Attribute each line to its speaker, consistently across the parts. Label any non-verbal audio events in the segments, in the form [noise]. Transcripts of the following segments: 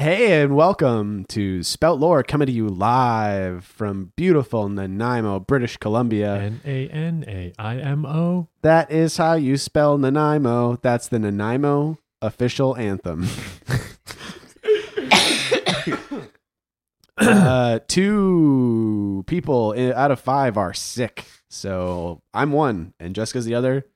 Speaker 1: Hey, and welcome to Spout Lore coming to you live from beautiful Nanaimo, British Columbia.
Speaker 2: N A N A I M O.
Speaker 1: That is how you spell Nanaimo. That's the Nanaimo official anthem. uh, two people i- out of five are sick. So I'm one, and Jessica's the other.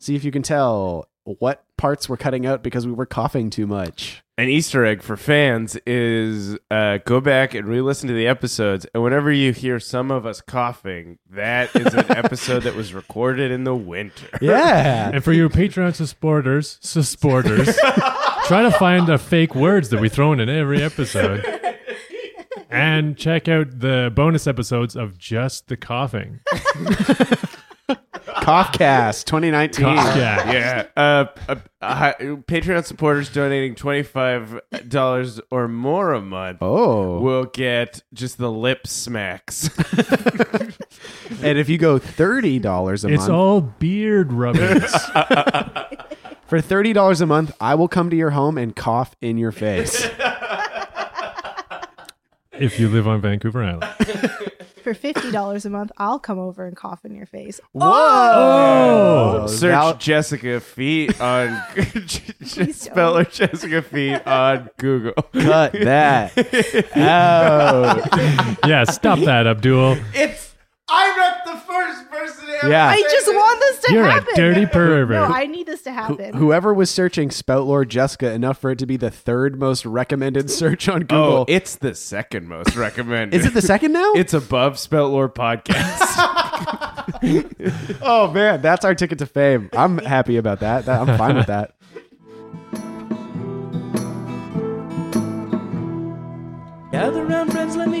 Speaker 1: See if you can tell what parts we're cutting out because we were coughing too much.
Speaker 3: an Easter egg for fans is uh, go back and re-listen to the episodes, and whenever you hear some of us coughing, that is [laughs] an episode that was recorded in the winter.
Speaker 1: Yeah.
Speaker 2: And for you Patreon supporters, supporters, try to find the fake words that we throw in in every episode. And check out the bonus episodes of just the coughing.
Speaker 1: Coughcast 2019.
Speaker 2: Yeah.
Speaker 3: Yeah, [laughs] uh, uh, uh, Patreon supporters donating twenty five dollars or more a month
Speaker 1: Oh.
Speaker 3: will get just the lip [laughs] smacks.
Speaker 1: And if you go thirty dollars a
Speaker 2: It's
Speaker 1: month
Speaker 2: all beard rubbings.
Speaker 1: for thirty dollars a month, I will come to your home and cough in your face.
Speaker 2: if you live on Vancouver Island.
Speaker 4: For fifty dollars a month, I'll come over and cough in your face.
Speaker 1: Whoa!
Speaker 2: Oh!
Speaker 3: [laughs] Search
Speaker 1: Val-
Speaker 3: Jessica Feet [laughs] on Speller Jessica Feet on Google.
Speaker 1: cut that out.
Speaker 2: Yeah, stop that, Abdul.
Speaker 3: [laughs] It's I'm not the first person to ever
Speaker 1: Yeah.
Speaker 4: I
Speaker 3: say
Speaker 4: just
Speaker 3: this.
Speaker 4: want this to
Speaker 2: You're a
Speaker 4: happen.
Speaker 2: dirty pervert.
Speaker 4: No, I need this to happen.
Speaker 1: Whoever was searching Spout Lord Jessica enough for it to be the third most recommended search on Google.
Speaker 3: Oh, it's the second most recommended.
Speaker 1: is it the second
Speaker 3: [laughs]
Speaker 1: now?
Speaker 3: It's above Spelt Lore [laughs] podcast.
Speaker 1: oh man, that's our ticket to fame. I'm happy about that. That- I'm fine with that.
Speaker 5: Gather round, friends, let me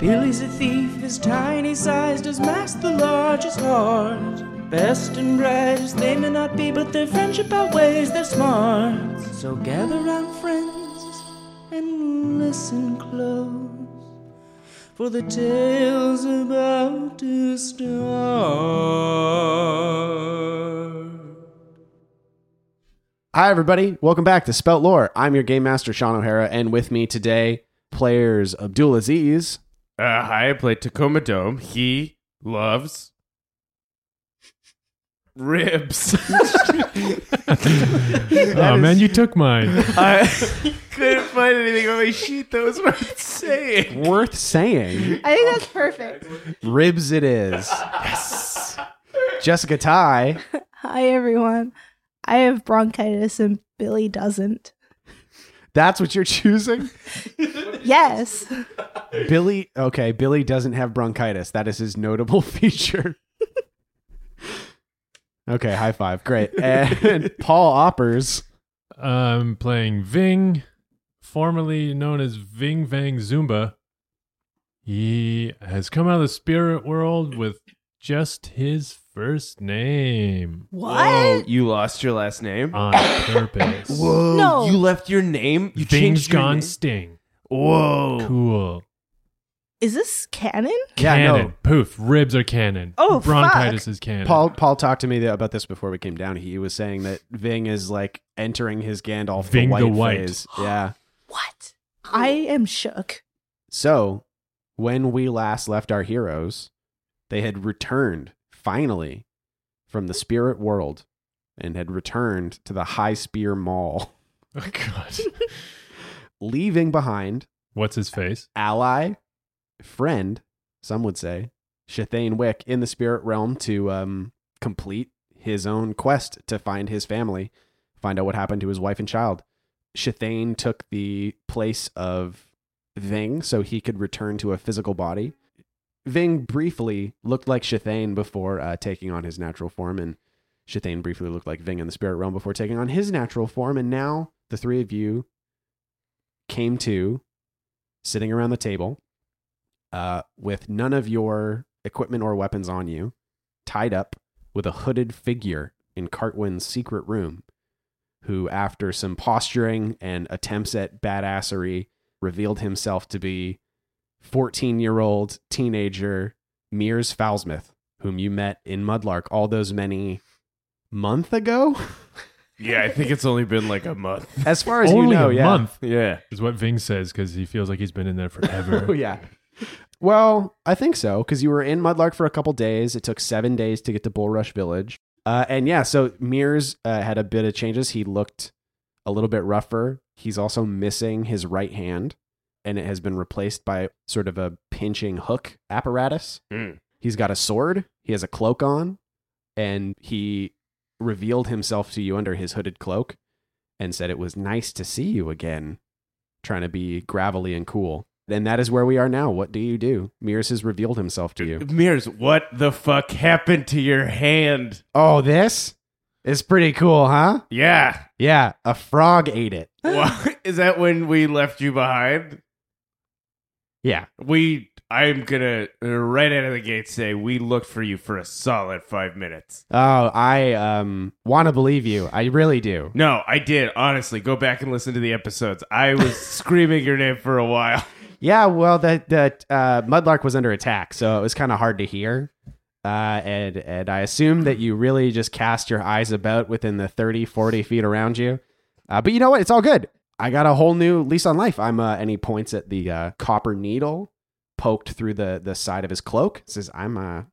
Speaker 5: Billy's a thief, his tiny size does mask the largest heart. Best and brightest they may not be, but their friendship outweighs their smarts. So gather round, friends, and listen close, for the tale's about to start.
Speaker 1: Hi, everybody. Welcome back to Spelt Lore. I'm your game master, Sean O'Hara, and with me today, players Abdul Aziz.
Speaker 3: uh, hi, I play Tacoma Dome. He loves ribs. [laughs]
Speaker 2: Oh, man, you took mine.
Speaker 3: I [laughs] couldn't find anything on my sheet that was worth saying.
Speaker 1: Worth saying.
Speaker 4: I think that's perfect.
Speaker 1: Ribs it is. [laughs] Jessica Ty.
Speaker 4: Hi everyone. I have bronchitis and Billy doesn't.
Speaker 1: That's what you're choosing?
Speaker 4: Yes.
Speaker 1: Billy. Okay, Billy doesn't have bronchitis. That is his notable [laughs] feature. Okay, high five. Great.
Speaker 2: [laughs]
Speaker 1: And Paul Oppers.
Speaker 2: I'm playing Ving, formerly known as Ving Vang Zumba. He has come out of the spirit world with just his first name
Speaker 4: What?
Speaker 3: you lost your last name?
Speaker 2: on purpose.
Speaker 3: Uh, Whoa.
Speaker 4: No.
Speaker 3: You left your name? You
Speaker 2: Ving's
Speaker 3: changed your
Speaker 2: gone
Speaker 3: name?
Speaker 2: sting.
Speaker 3: Whoa.
Speaker 2: Cool.
Speaker 4: Is this canon?
Speaker 1: Yeah, no.
Speaker 2: Cannon. Poof. Ribs are cannon.
Speaker 4: Oh,
Speaker 2: Bronchitis is cannon.
Speaker 1: Paul Paul talked to me about this before we came down. He was saying that Ving is like entering his Gandalf
Speaker 2: Ving
Speaker 1: the
Speaker 2: the
Speaker 1: White,
Speaker 2: White.
Speaker 1: phase. Yeah.
Speaker 4: What? I am shook.
Speaker 1: So when we last left our heroes, they had returned finally from the spirit world and had returned to the High Spear Mall,
Speaker 2: [laughs]
Speaker 1: [laughs]
Speaker 2: Oh, God.
Speaker 1: leaving behind
Speaker 2: What's his face?
Speaker 1: ally, friend, some would say, Shathane Wick in the spirit realm to um, complete his own quest to find his family, find out what happened to his wife and child. Shathane took the place of Ving so he could return to a physical body. Ving briefly looked like Shathane before uh, taking on his natural form, and Shathane briefly looked like Ving in the spirit realm before taking on his natural form. And now the three of you came to sitting around the table. uh, with none of your equipment or weapons on you, tied up with a hooded figure in Cartwin's secret room, who, after some posturing and attempts at badassery, revealed himself to be 14 year old teenager Mears Foulsmith, whom you met in Mudlark all those many month ago. [laughs]
Speaker 3: Yeah, I think it's only been like a month.
Speaker 1: As far as
Speaker 2: Only
Speaker 1: you know, [laughs]
Speaker 2: a
Speaker 1: yeah.
Speaker 2: month
Speaker 3: Yeah.
Speaker 2: is what Ving says because he feels like he's been in there forever.
Speaker 1: [laughs] Oh yeah. Well, I think so because you were in Mudlark for a couple days. It took seven days to get to Bullrush Village, uh, and yeah, so Mears uh, had a bit of changes. He looked a little bit rougher. He's also missing his right hand, and it has been replaced by sort of a pinching hook apparatus.
Speaker 3: Mm.
Speaker 1: He's got a sword. He has a cloak on, and he revealed himself to you under his hooded cloak, and said it was nice to see you again. Trying to be gravelly and cool. And that is where we are now. What do you do? Mears has revealed himself to you.
Speaker 3: Mears, what the fuck happened to your hand?
Speaker 1: [laughs] Oh, this is pretty cool, huh?
Speaker 3: Yeah.
Speaker 1: Yeah, a frog ate it. [laughs]
Speaker 3: What? Is that when we left you behind?
Speaker 1: Yeah.
Speaker 3: We, I'm gonna uh, right out of the gate say we looked for you for a solid five minutes.
Speaker 1: Oh, I um want to believe you. I really do.
Speaker 3: No, I did. Honestly, go back and listen to the episodes.
Speaker 1: [laughs]
Speaker 3: I was screaming your name for a while.
Speaker 1: Yeah, well, that that uh, Mudlark was under attack, so it was kind of hard to hear. Uh, and and I assume that you really just cast your eyes about within the 30, 40 feet around you. Uh, but you know what? It's all good. I got a whole new lease on life. I'm uh, any points at the uh, copper needle poked through the the side of his cloak. Says I'm a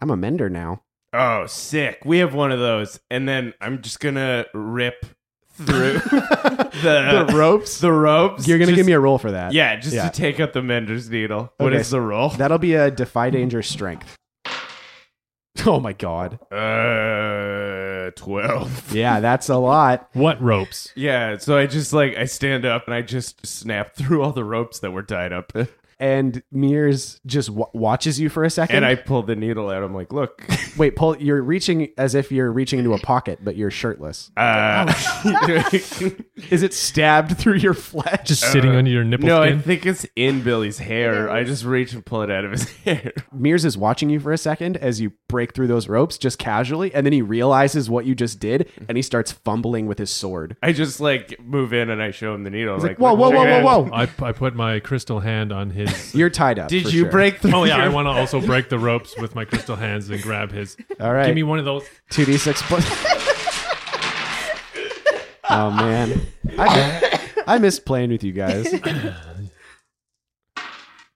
Speaker 1: I'm a mender now.
Speaker 3: Oh, sick. We have one of those. And then I'm just gonna rip
Speaker 1: [laughs]
Speaker 3: through [laughs] the,
Speaker 1: the ropes.
Speaker 3: the ropes.
Speaker 1: You're gonna
Speaker 3: Just-
Speaker 1: give me a roll for that.
Speaker 3: Yeah, just
Speaker 1: Yeah.
Speaker 3: to take out the mender's needle. What is
Speaker 1: Okay.
Speaker 3: the roll?
Speaker 1: that'll be a defy danger
Speaker 3: [laughs]
Speaker 1: strength. Oh my god.
Speaker 3: Uh, 12.
Speaker 1: Yeah, that's a lot.
Speaker 2: What ropes?
Speaker 3: [laughs] Yeah, so I just like, I stand up and I just snap through all the ropes that were
Speaker 1: [laughs]
Speaker 3: tied up.
Speaker 1: and Mears just w- watches you for a second.
Speaker 3: and I pull the needle out. I'm like, look.
Speaker 1: wait, Paul, you're reaching as if you're reaching into a pocket, but you're shirtless.
Speaker 3: Uh,
Speaker 1: Is it stabbed through your flesh? Uh,
Speaker 2: Just sitting under your nipple
Speaker 3: [laughs] no, I
Speaker 2: skin?
Speaker 3: think it's in Billy's hair. I just reach and pull it out of his [laughs] hair.
Speaker 1: Mears is watching you for a second as you break through those ropes just casually, and then he realizes what you just did, and he starts fumbling with his sword.
Speaker 3: I just like move in and I show him the needle.
Speaker 1: He's
Speaker 3: I'm
Speaker 1: like, whoa, whoa,
Speaker 3: look,
Speaker 1: whoa,
Speaker 3: check it out."
Speaker 1: whoa, whoa!
Speaker 2: I, I put my crystal hand
Speaker 1: [laughs]
Speaker 2: on his.
Speaker 1: You're tied up.
Speaker 3: Did
Speaker 1: for
Speaker 3: you
Speaker 1: sure.
Speaker 3: break through?
Speaker 2: Oh yeah, I
Speaker 3: your-
Speaker 2: want to also break the ropes with my crystal hands and grab his.
Speaker 1: All right.
Speaker 2: Give me one of those.
Speaker 1: two d six plus. oh man, I, I missed playing with you guys.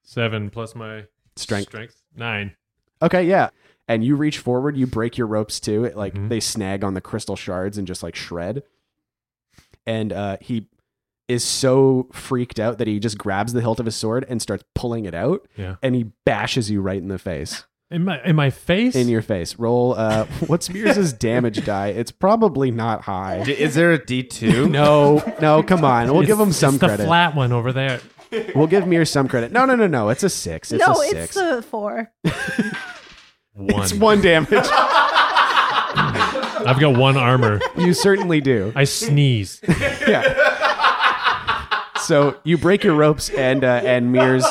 Speaker 2: Seven plus my
Speaker 1: Strength.
Speaker 2: Strength nine.
Speaker 1: Okay, yeah. And you reach forward, you break your ropes too. It, like they snag on the crystal shards and just like shred. And uh, he is so freaked out that he just grabs the hilt of his sword and starts pulling it out.
Speaker 2: Yeah.
Speaker 1: And he bashes you right in the face,
Speaker 2: In my in my face.
Speaker 1: in your face. Roll. Uh, what's Mears' damage die? It's probably not
Speaker 3: D-
Speaker 1: high.
Speaker 3: Is there a
Speaker 1: [laughs]
Speaker 3: D2?
Speaker 1: No, no, come on. We'll give him
Speaker 2: It's-
Speaker 1: some
Speaker 2: it's the
Speaker 1: credit.
Speaker 2: flat one over there.
Speaker 1: We'll give Mears some credit. No, no, no, no. It's a six. It's
Speaker 4: no,
Speaker 1: a
Speaker 4: it's
Speaker 1: six.
Speaker 4: the four.
Speaker 2: One.
Speaker 1: it's one damage.
Speaker 2: I've got one armor.
Speaker 1: you certainly do.
Speaker 2: I sneeze.
Speaker 1: yeah. So you break your ropes and uh, and Mears.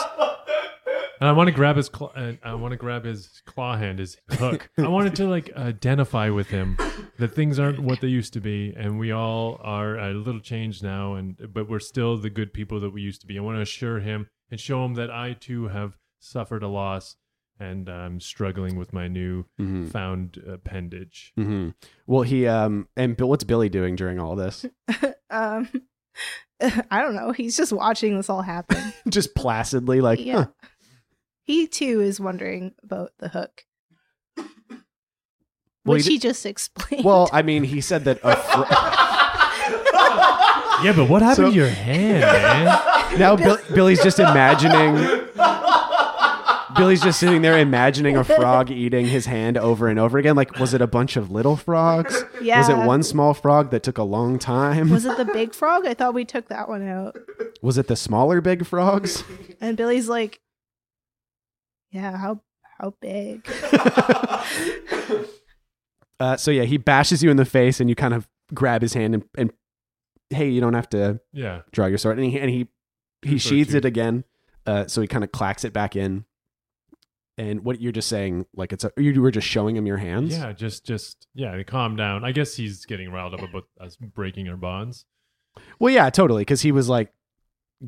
Speaker 2: And I want to grab his claw. And I want to grab his claw hand, his hook. I wanted to like identify with him that things aren't what they used to be, and we all are a little changed now. And but we're still the good people that we used to be. I want to assure him and show him that I too have suffered a loss, and I'm struggling with my new found appendage.
Speaker 1: Mm-hmm. Well, he um and Bill, what's Billy doing during all this? [laughs]
Speaker 4: Um, [laughs] I don't know. He's just watching this all happen.
Speaker 1: Just placidly, like,
Speaker 4: yeah.
Speaker 1: huh,
Speaker 4: He too is wondering about the hook,
Speaker 1: Well,
Speaker 4: which
Speaker 1: he
Speaker 4: he just explained.
Speaker 1: well, I mean, he said that. A fro-
Speaker 2: Yeah, but what happened
Speaker 1: So-
Speaker 2: to your hand, man?
Speaker 1: now Bill, Billy's just imagining. Billy's just sitting there imagining a
Speaker 4: [laughs]
Speaker 1: frog eating his hand over and over again. Like, was it a bunch of little frogs?
Speaker 4: [laughs] yeah.
Speaker 1: Was it one small frog that took a long time?
Speaker 4: Was it the big frog? I thought we took that one out.
Speaker 1: [laughs] was it the smaller big frogs?
Speaker 4: And Billy's like, "Yeah, how how big?"
Speaker 1: Uh, so yeah, he bashes you in the face, and you kind of grab his hand and, and hey, you don't have to
Speaker 2: Yeah.
Speaker 1: draw your sword, and he and he, he
Speaker 2: Two for
Speaker 1: sheathes
Speaker 2: two.
Speaker 1: it again. Uh, so he kind of clacks it back in. And what you're just saying, like it's a, you were just showing him your hands.
Speaker 2: Yeah, just just yeah, to calm down. I guess he's getting riled up about us breaking our bonds.
Speaker 1: Well, yeah, totally. Because he was like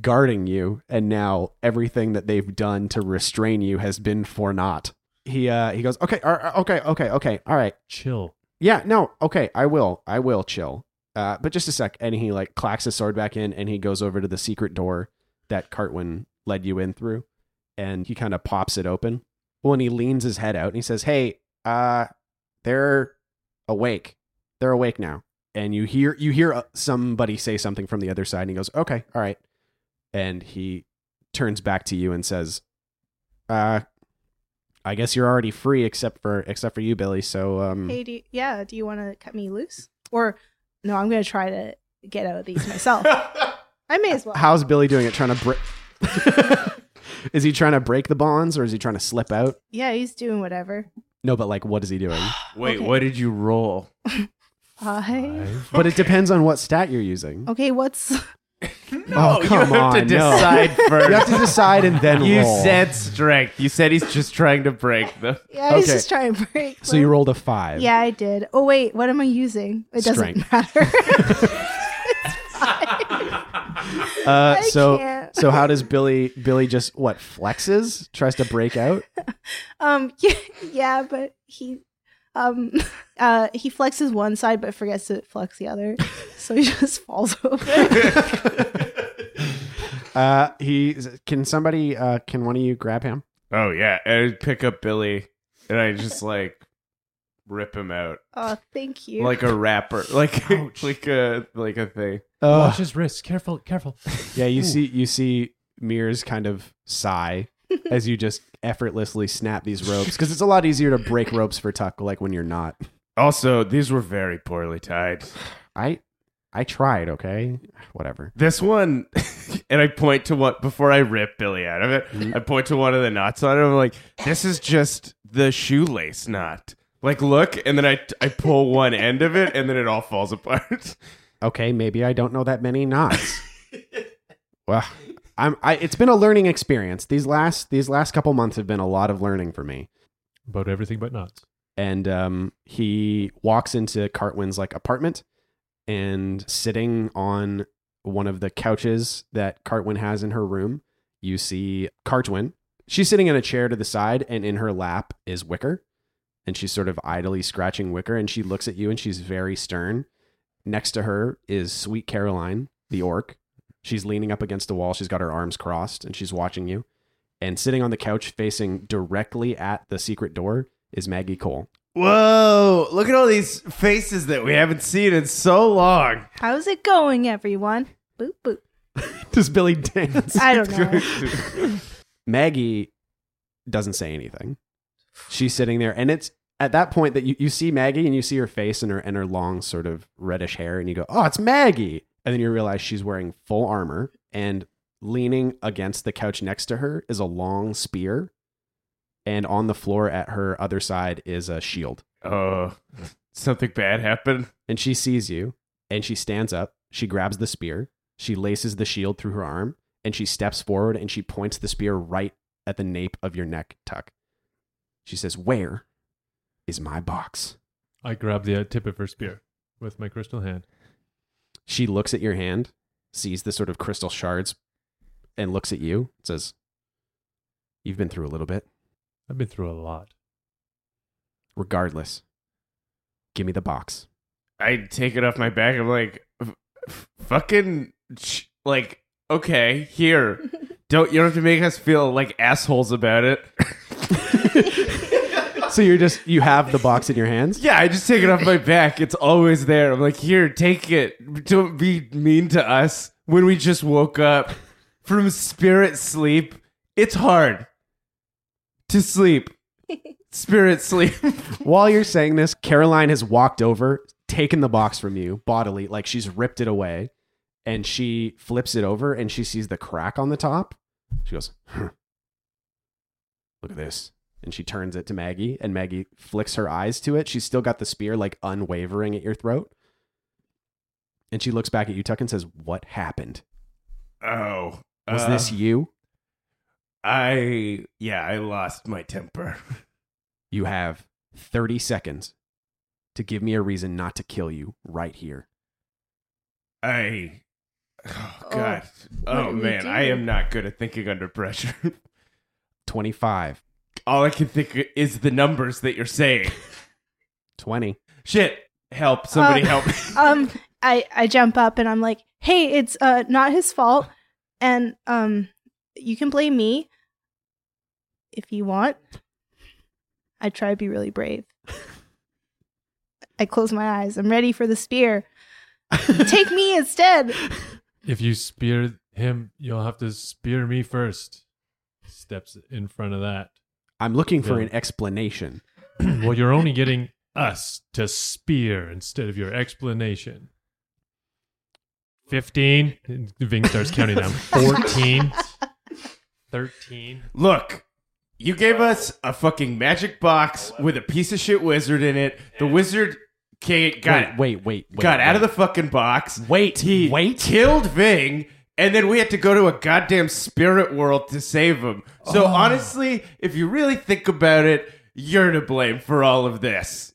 Speaker 1: guarding you, and now everything that they've done to restrain you has been for naught. He uh he goes, okay, ar- ar- okay, okay, okay, all right,
Speaker 2: Chill.
Speaker 1: yeah, no, okay, I will, I will chill. Uh, but just a sec, and he like clacks his sword back in, and he goes over to the secret door that Cartwin led you in through, and he kind of pops it open. Well, and he leans his head out, and he says, "Hey, uh, they're awake. They're awake now." And you hear you hear uh, somebody say something from the other side, and he goes, "Okay, all right," and he turns back to you and says, "Uh." I guess you're already free, except for except for you, Billy. So, um,
Speaker 4: Hey, do you, yeah, do you want to cut me loose? Or no, I'm going to try to get out of
Speaker 1: [laughs]
Speaker 4: these myself. I may as well.
Speaker 1: How's Billy doing it? Trying to break? [laughs] is he trying to break the bonds or is he trying to slip out?
Speaker 4: yeah, he's doing whatever.
Speaker 1: No, but like, what is he
Speaker 3: [sighs]
Speaker 1: doing?
Speaker 3: Wait,
Speaker 4: Okay.
Speaker 3: what did you roll?
Speaker 4: Five.
Speaker 2: Five.
Speaker 1: But it depends on what stat you're using.
Speaker 4: Okay, what's [laughs]
Speaker 1: Oh, come
Speaker 3: you have
Speaker 1: on,
Speaker 3: to
Speaker 1: no.
Speaker 3: decide first.
Speaker 1: You have to decide and then
Speaker 3: [laughs] You
Speaker 1: roll.
Speaker 3: said strength. You said he's just trying to break them.
Speaker 4: yeah? I was
Speaker 1: Okay.
Speaker 4: just trying to break.
Speaker 1: so you rolled a five.
Speaker 4: Yeah, I did. Oh wait, what am I using? It doesn't
Speaker 1: Strength. [laughs]
Speaker 4: [laughs] matter.
Speaker 1: Uh,
Speaker 4: I
Speaker 1: so
Speaker 4: can't.
Speaker 1: so how does Billy Billy just what flexes tries to break out?
Speaker 4: um, [laughs] yeah, yeah, but he, um, [laughs] uh, he flexes one side but forgets to flex the other, so he [laughs] just falls
Speaker 1: [laughs]
Speaker 4: over.
Speaker 1: Uh, he can somebody uh, can one of you grab him?
Speaker 3: Oh yeah, and I pick up Billy and I just like rip him out
Speaker 4: oh, thank you.
Speaker 3: like a rapper, like [laughs] like a like a thing.
Speaker 1: Oh,
Speaker 2: Watch his wrists. Careful, careful.
Speaker 1: yeah. You see you see Mears kind of sigh as you just effortlessly snap these ropes because it's a lot easier to break ropes for Tuck like when you're not.
Speaker 3: Also, these were very poorly tied.
Speaker 1: I I tried, okay? Whatever.
Speaker 3: This one, [laughs] and I point to what before I rip Billy out of it. I point to one of the knots on it. I'm like, this is just the shoelace knot. Like, look, and then I I pull one end of it, and then it all falls apart. [laughs]
Speaker 1: Okay, maybe I don't know that many knots. well, I'm I it's been a learning experience. These last these last couple months have been a lot of learning for me.
Speaker 2: About everything but knots.
Speaker 1: And um he walks into Cartwin's like apartment and sitting on one of the couches that Cartwin has in her room, you see Cartwin. She's sitting in a chair to the side, and in her lap is Wicker. And she's sort of idly scratching Wicker, and she looks at you and she's very stern. Next to her is Sweet Caroline, the orc. She's leaning up against the wall. She's got her arms crossed and she's watching you. And sitting on the couch facing directly at the secret door is Maggie Cole.
Speaker 3: Whoa! Look at all these faces that we haven't seen in so long.
Speaker 4: How's it going, everyone? Boop boop.
Speaker 1: Does Billy dance? [laughs]
Speaker 4: I don't know.
Speaker 1: Maggie doesn't say anything. She's sitting there, and it's at that point that you, you see Maggie and you see her face and her and her long sort of reddish hair, and you go, "Oh, it's Maggie!" And then you realize she's wearing full armor, and leaning against the couch next to her is a long spear, and on the floor at her other side is a shield.
Speaker 3: [laughs] oh, something bad happened.
Speaker 1: And she sees you, and she stands up. She grabs the spear. She laces the shield through her arm, and she steps forward and she points the spear right at the nape of your neck, Tuck. She says, Where is my box?
Speaker 2: I grab the uh, tip of her spear with my crystal hand.
Speaker 1: She looks at your hand, sees the sort of crystal shards, and looks at you, and says, You've been through a little bit.
Speaker 2: I've been through a lot.
Speaker 1: Regardless, give me the box.
Speaker 3: I take it off my back. I'm like, f- f- fucking, ch- like, okay, here. Don't you don't have to make us feel like assholes about it.
Speaker 1: So you're just, you have the box in your hands?
Speaker 3: yeah, I just take it off my back. It's always there. I'm like, here, take it. Don't be mean to us when we just woke up from spirit sleep. It's hard to
Speaker 4: [laughs]
Speaker 3: sleep. Spirit sleep.
Speaker 1: While you're saying this, Caroline has walked over, taken the box from you bodily, like she's ripped it away, and she flips it over and she sees the crack on the top. She goes, huh. Look at this. And she turns it to Maggie, and Maggie flicks her eyes to it. She's still got the spear like unwavering at your throat. And she looks back at you, Tuck, and says, What happened?
Speaker 3: Oh.
Speaker 1: Was
Speaker 3: uh,
Speaker 1: this you?
Speaker 3: I yeah, I lost my temper.
Speaker 1: You have 30 seconds to give me a reason not to kill you right here.
Speaker 3: I oh god.
Speaker 4: what
Speaker 3: Oh,
Speaker 4: do we
Speaker 3: man,
Speaker 4: do?
Speaker 3: I am not good at thinking under pressure. [laughs]
Speaker 1: 25,
Speaker 3: All I can think of is the numbers that you're [laughs] saying.
Speaker 1: 20.
Speaker 3: Shit. Help. Somebody
Speaker 4: Uh, [laughs]
Speaker 3: help me.
Speaker 4: um I I jump up and I'm like, "Hey, it's uh not his fault and um you can blame me if you want." I try to be really brave. I close my eyes. I'm ready for the spear. Take me instead.
Speaker 2: If you spear him, you'll have to spear me first. Steps in front of that.
Speaker 1: I'm looking for
Speaker 2: Yeah.
Speaker 1: an explanation.
Speaker 2: well, you're only getting us to spear instead of your explanation. 15. Ving starts counting down. 14. 13.
Speaker 3: Look, you gave us a fucking magic box with a piece of shit wizard in it. The wizard ca-
Speaker 1: wait,
Speaker 3: got
Speaker 1: wait, wait, wait.
Speaker 3: got out of the fucking box.
Speaker 1: Wait,
Speaker 3: He
Speaker 1: wait.
Speaker 3: killed Ving, and then we had to go to a goddamn spirit world to save him. So
Speaker 1: Oh.
Speaker 3: honestly, if you really think about it, you're to blame for all of this.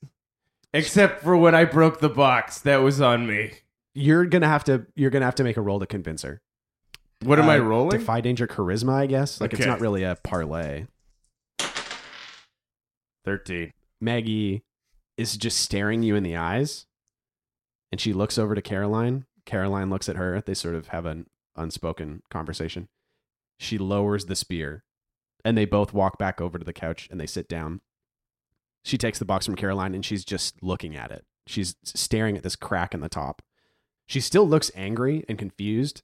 Speaker 3: Except for when I broke the box, that was on me.
Speaker 1: You're gonna have to. You're gonna have to make a roll to convince her.
Speaker 3: What am I
Speaker 1: Uh,
Speaker 3: rolling?
Speaker 1: Defy danger, charisma. I guess. Like it's
Speaker 3: Okay.
Speaker 1: not really a parlay.
Speaker 3: 13.
Speaker 1: Maggie is just staring you in the eyes, and she looks over to Caroline. Caroline looks at her. They sort of have an unspoken conversation. She lowers the spear, and they both walk back over to the couch and they sit down. She takes the box from Caroline and she's just looking at it. She's staring at this crack in the top. She still looks angry and confused,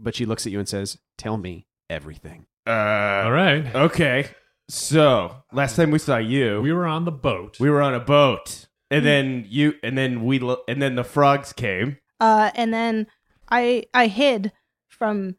Speaker 1: but she looks at you and says, Tell me everything.
Speaker 3: Uh,
Speaker 2: All right.
Speaker 3: Okay. So, last time we saw you,
Speaker 2: We were on the boat.
Speaker 3: We were on a boat,
Speaker 2: Hmm.
Speaker 3: and then you, and then we, lo- and then the frogs came.
Speaker 4: Uh and then I I hid from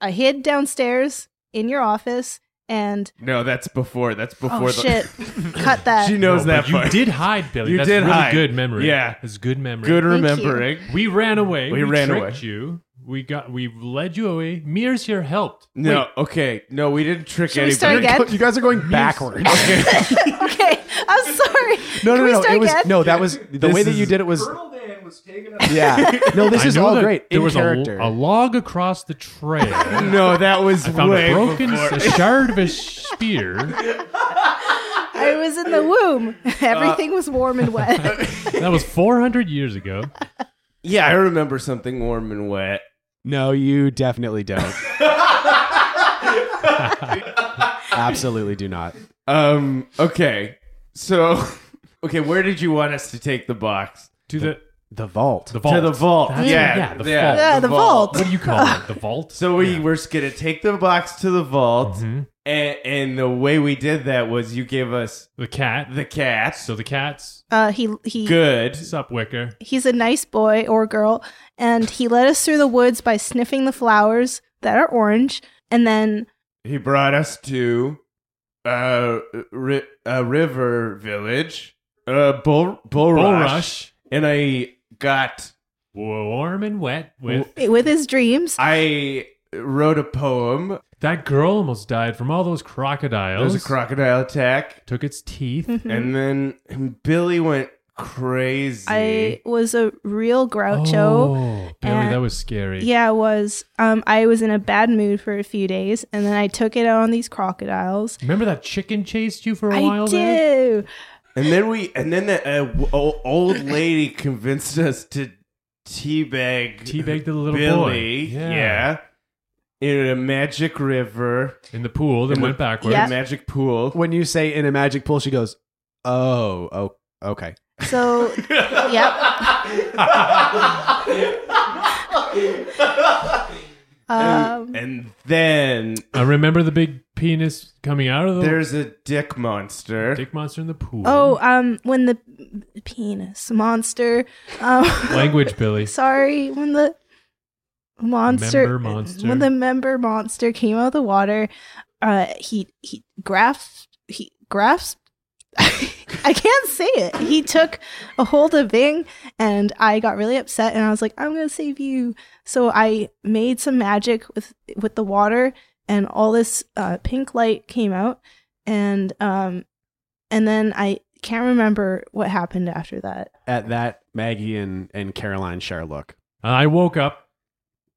Speaker 4: I hid downstairs in your office and
Speaker 3: No, that's before. That's before. the-
Speaker 4: oh shit,
Speaker 1: [laughs]
Speaker 4: cut
Speaker 3: [laughs]
Speaker 4: that.
Speaker 3: she knows
Speaker 2: No,
Speaker 3: that
Speaker 2: but
Speaker 3: part.
Speaker 2: You did hide, Billy.
Speaker 3: You
Speaker 2: That's
Speaker 3: did
Speaker 2: really
Speaker 3: hide.
Speaker 2: good memory.
Speaker 3: Yeah.
Speaker 2: That's good memory.
Speaker 3: [laughs] Good
Speaker 4: you.
Speaker 3: remembering.
Speaker 2: We ran away.
Speaker 3: We ran
Speaker 2: tricked
Speaker 3: away.
Speaker 2: you. We got. We led you away. Mears here helped.
Speaker 3: No, okay, no, we didn't trick
Speaker 4: Should we
Speaker 3: anybody.
Speaker 4: start again?
Speaker 1: You guys are going backwards.
Speaker 4: [laughs] okay, I'm
Speaker 1: No,
Speaker 4: sorry. Can
Speaker 1: no,
Speaker 4: we
Speaker 1: no.
Speaker 4: start
Speaker 1: It was
Speaker 4: again?
Speaker 1: no. That was the
Speaker 3: This
Speaker 1: way that you
Speaker 3: is-
Speaker 1: did it was.
Speaker 5: Colonel Dan was taken up.
Speaker 1: [laughs]
Speaker 5: [laughs]
Speaker 1: Yeah. No, this
Speaker 2: I
Speaker 1: is
Speaker 2: know
Speaker 1: all
Speaker 2: that
Speaker 1: great.
Speaker 2: There
Speaker 1: In
Speaker 2: was a-
Speaker 1: character.
Speaker 2: A, log across the
Speaker 3: [laughs]
Speaker 2: trail. I
Speaker 3: [laughs] no, that was
Speaker 2: found
Speaker 3: way
Speaker 2: a broken
Speaker 3: before.
Speaker 2: a shard of a spear.
Speaker 4: I was in the womb. [laughs]
Speaker 2: Uh,
Speaker 4: Everything was warm
Speaker 2: [laughs]
Speaker 4: and wet.
Speaker 2: That was 400 years ago.
Speaker 3: yeah, I remember something warm and wet.
Speaker 1: no, you definitely don't.
Speaker 5: [laughs]
Speaker 1: Absolutely do not.
Speaker 3: Um. Okay. So, [laughs] okay, where did you want us to take the box?
Speaker 2: To the
Speaker 1: The vault.
Speaker 2: the vault.
Speaker 3: To the vault.
Speaker 2: That's-
Speaker 3: yeah,
Speaker 2: yeah, the vault.
Speaker 4: Yeah, the vault.
Speaker 2: What do you call it? The vault.
Speaker 3: So we were gonna take the box to the vault,
Speaker 2: Mhm.
Speaker 3: and, and the way we did that was you gave us
Speaker 2: the cat.
Speaker 3: the cat.
Speaker 2: so the cat's
Speaker 4: Uh, he he
Speaker 3: good.
Speaker 2: sup wicker.
Speaker 4: he's a nice boy or girl, and he led us through the woods by sniffing the flowers that are orange, and then
Speaker 3: He brought us to uh, ri- a river village, uh, bull,
Speaker 2: Bull
Speaker 3: bull, rush,
Speaker 2: rush.
Speaker 3: and I got
Speaker 2: Warm and wet with
Speaker 4: with his dreams.
Speaker 3: I wrote a poem.
Speaker 2: that girl almost died from all those
Speaker 3: It was
Speaker 2: crocodiles.
Speaker 3: a crocodile attack,
Speaker 2: Took its teeth.
Speaker 4: Mm-hmm.
Speaker 3: and then Billy went crazy.
Speaker 4: I was a real groucho.
Speaker 2: Oh, Billy,
Speaker 4: and-
Speaker 2: that was scary.
Speaker 4: Yeah, I was. Um, I was in a bad mood for a few days, and then I took it out on these crocodiles.
Speaker 2: Remember that chicken chased you for a
Speaker 4: I
Speaker 2: while there?
Speaker 4: do.
Speaker 3: and then we, and then the uh, w- o- old lady convinced us to teabag,
Speaker 2: Teabag the little
Speaker 3: Billy,
Speaker 2: boy.
Speaker 3: yeah, in a magic river,
Speaker 2: In the pool that
Speaker 3: In the-
Speaker 2: went backwards.
Speaker 4: Yeah.
Speaker 3: a magic pool.
Speaker 1: When you say in a magic pool, she goes, "Oh, oh, okay."
Speaker 2: [laughs]
Speaker 4: So, yep. um,
Speaker 3: And then
Speaker 2: I remember the big penis coming out of the
Speaker 3: there's a dick monster.
Speaker 2: dick monster in the pool.
Speaker 4: Oh, um, when the penis monster, um,
Speaker 2: [laughs] Language, Billy.
Speaker 4: sorry, when the monster,
Speaker 2: Member monster.
Speaker 4: when the member monster came out of the water, uh, he he grasped he grasped. [laughs] I can't say it. He took a hold of Bing, and I got really upset. And I was like, "I'm gonna save you." So I made some magic with with the water and all this uh, pink light came out, and um, and then I can't remember what happened after that.
Speaker 1: At that, Maggie and, and Caroline share a look.
Speaker 2: I woke up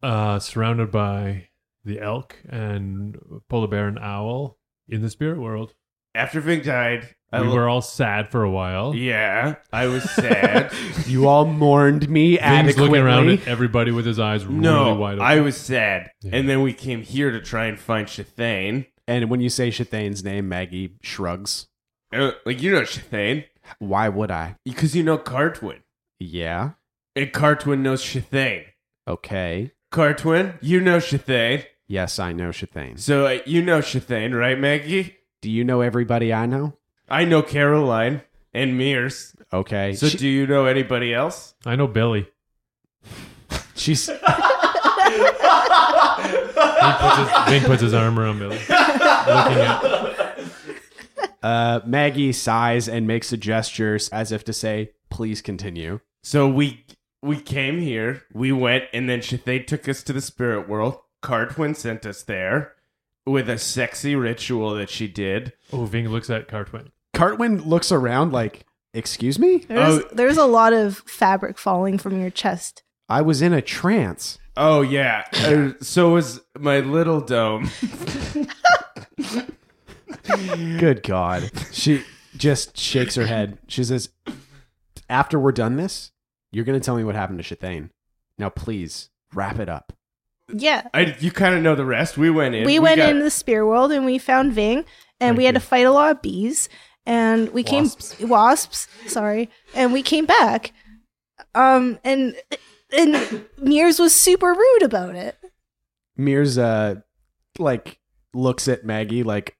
Speaker 2: uh, surrounded by the elk and polar bear and owl in the spirit world.
Speaker 3: After Ving died, I
Speaker 2: we
Speaker 3: lo-
Speaker 2: were all sad for a while.
Speaker 3: yeah, I was
Speaker 2: [laughs]
Speaker 3: sad.
Speaker 1: [laughs] You all mourned me [laughs]
Speaker 2: Ving's
Speaker 1: adequately.
Speaker 2: looking around at everybody with his eyes
Speaker 3: no,
Speaker 2: really wide open.
Speaker 3: I was sad,
Speaker 2: Yeah.
Speaker 3: and then we came here to try and find Shathane.
Speaker 1: and when you say Shathane's name, Maggie shrugs.
Speaker 3: Uh, like you know Shathane
Speaker 1: Why would I?
Speaker 3: because you know Cartwin,
Speaker 1: Yeah.
Speaker 3: and Cartwin knows Shathane.
Speaker 1: Okay.
Speaker 3: Cartwin, you know Shathane,
Speaker 1: Yes, I know Shathane.
Speaker 3: so uh, you know Shathane, right, Maggie?
Speaker 1: Do you know everybody I know?
Speaker 3: I know Caroline and Mears.
Speaker 1: Okay.
Speaker 3: So
Speaker 1: She-
Speaker 3: do you know anybody else?
Speaker 2: I know Billy.
Speaker 1: she's
Speaker 2: Ving puts, his, Ving puts his arm around Billy. Looking at,
Speaker 1: uh, Maggie sighs and makes a gesture as if to say, "Please continue."
Speaker 3: So we we came here, we went, and then Shathane took us to the spirit world. Cartwin sent us there with a sexy ritual that she did.
Speaker 2: oh, Ving looks at Cartwin.
Speaker 1: Cartwin looks around like, "Excuse me?
Speaker 4: There's
Speaker 3: Oh.
Speaker 4: there's a lot of fabric falling from your chest.
Speaker 1: I was in a trance."
Speaker 3: Oh yeah, Uh, so was my little dome.
Speaker 1: Good God. She just shakes her head. She says, After we're done this, you're going to tell me what happened to Shathane. Now, please wrap it up.
Speaker 4: Yeah.
Speaker 3: I, you kind of know the rest. We went in.
Speaker 4: we, went
Speaker 3: got-
Speaker 4: into the spear world and we found Ving, and
Speaker 2: Thank
Speaker 4: we had
Speaker 2: you.
Speaker 4: to fight a lot of bees, and we
Speaker 1: Wasps.
Speaker 4: came wasps. Sorry, and we came back, um, and and Mears was super rude about it.
Speaker 1: Mears, uh, like, looks at Maggie like,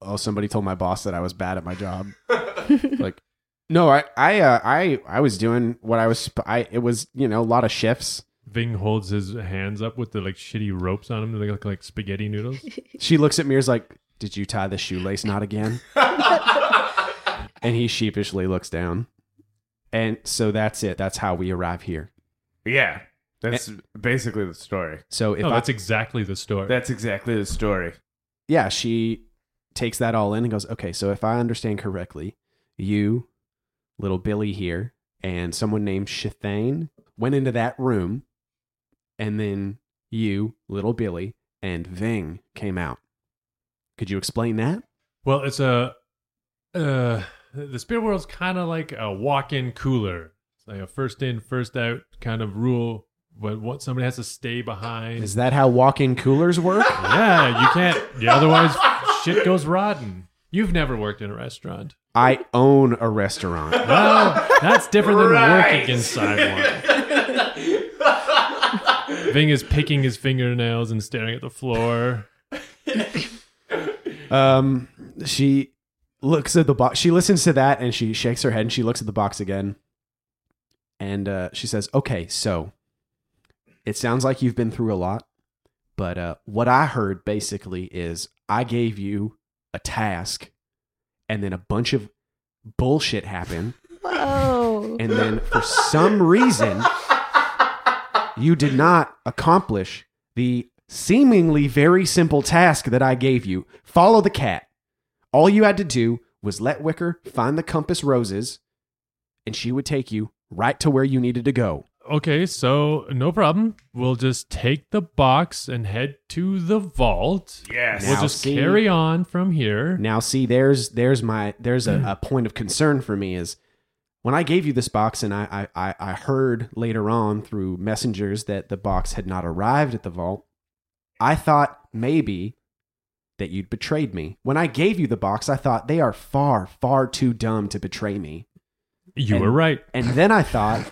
Speaker 1: Oh, somebody told my boss that I was bad at my job. like, no, I, I, uh, I, I was doing what I was. sp- I, it was, you know, a lot of shifts.
Speaker 2: Ving holds his hands up with the like shitty ropes on him. They look like spaghetti noodles.
Speaker 1: She looks at Mears like, "Did you tie the shoelace knot again?" and he sheepishly looks down. And so that's it. That's how we arrive here.
Speaker 3: Yeah, that's basically the story.
Speaker 1: So if
Speaker 2: no,
Speaker 1: I,
Speaker 2: Oh, that's exactly the story.
Speaker 3: That's exactly the story.
Speaker 1: yeah, she takes that all in and goes, "Okay, so if I understand correctly, you, little Billy here, and someone named Shathane went into that room, and then you, little Billy, and Ving came out. Could you explain that?"
Speaker 2: Well, it's a uh, the spirit world's kind of like a walk-in cooler. It's like a first in, first out kind of rule. But what somebody has to stay behind.
Speaker 1: Is that how walk-in coolers work?
Speaker 2: yeah, you can't. Yeah, otherwise shit goes rotten. You've never worked in a restaurant.
Speaker 1: I own a restaurant.
Speaker 2: Well, that's different than
Speaker 3: Right.
Speaker 2: working inside one. Ving is picking his fingernails and staring at the floor.
Speaker 1: Um, she looks at the box. She listens to that and she shakes her head and she looks at the box again. And uh, she says, "Okay, so it sounds like you've been through a lot, but uh, what I heard basically is I gave you a task, and then a bunch of bullshit happened,
Speaker 4: Whoa!
Speaker 1: [laughs] and then for some reason you did not accomplish the seemingly very simple task that I gave you. Follow the cat. All you had to do was let Wicker find the compass roses, and she would take you right to where you needed to go.
Speaker 2: Okay, so no problem. We'll just take the box and head to the vault.
Speaker 3: Yes.
Speaker 2: We'll
Speaker 1: Now
Speaker 2: just
Speaker 1: see-
Speaker 2: carry on from here.
Speaker 1: [laughs] Now, see, there's there's my there's a, a point of concern for me is when I gave you this box, and I, I I I heard later on through messengers that the box had not arrived at the vault. I thought maybe that you'd betrayed me. When I gave you the box, I thought they are far far too dumb to betray me.
Speaker 2: You
Speaker 1: And-
Speaker 2: were right.
Speaker 1: And then I thought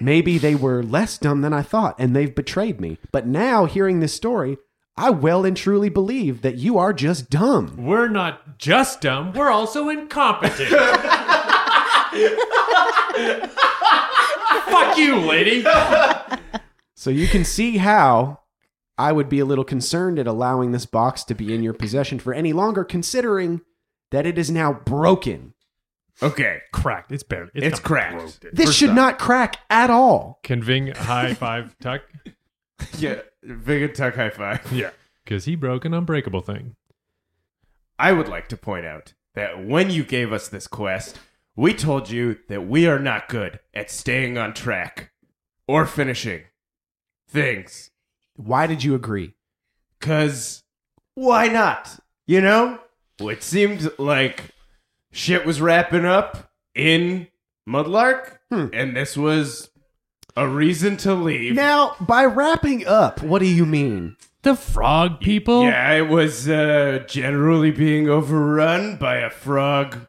Speaker 1: maybe they were less dumb than I thought and they've betrayed me. But now hearing this story, I well and truly believe that you are just dumb.
Speaker 2: We're not just dumb, we're also incompetent.
Speaker 3: [laughs]
Speaker 2: Fuck you, lady.
Speaker 1: So you can see how I would be a little concerned at allowing this box to be in your possession for any longer, considering that it is now broken.
Speaker 3: Okay.
Speaker 2: Cracked. It's barely.
Speaker 3: It's
Speaker 2: not
Speaker 3: cracked. [laughs]
Speaker 2: broken.
Speaker 1: This
Speaker 3: First
Speaker 1: should
Speaker 3: off-
Speaker 1: not crack at all.
Speaker 3: [laughs]
Speaker 2: Can Ving high five Tuck?
Speaker 3: Yeah. Big and tuck high five.
Speaker 2: Yeah. because he broke an unbreakable thing.
Speaker 3: I would like to point out that when you gave us this quest, we told you that we are not good at staying on track or finishing things.
Speaker 1: Why did you agree?
Speaker 3: Cause why not? You know? It seemed like shit was wrapping up in Mudlark,
Speaker 1: Hmm.
Speaker 3: and this was a reason to leave.
Speaker 1: Now, by wrapping up, what do you mean?
Speaker 2: The frog people?
Speaker 3: Yeah, it was uh, generally being overrun by a frog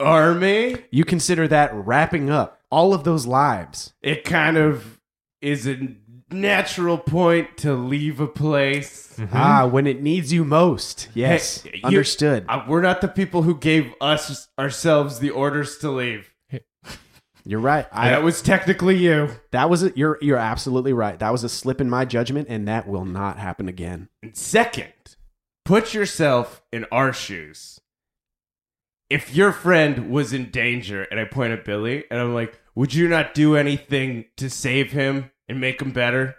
Speaker 3: army.
Speaker 1: You consider that wrapping up all of those lives.
Speaker 3: It kind of is a natural point to leave a place.
Speaker 1: Ah, when it needs you most. Yes.
Speaker 3: Mm-hmm. Hey, you-
Speaker 1: understood.
Speaker 3: Uh, we're not the people who gave us ourselves the orders to leave.
Speaker 1: You're right. I,
Speaker 3: that was technically you.
Speaker 1: that was a, you're you're absolutely right. That was a slip in my judgment and that will not happen again.
Speaker 3: And second, put yourself in our shoes. If your friend was in danger, and I point at Billy, and I'm like, would you not do anything to save him and make him better?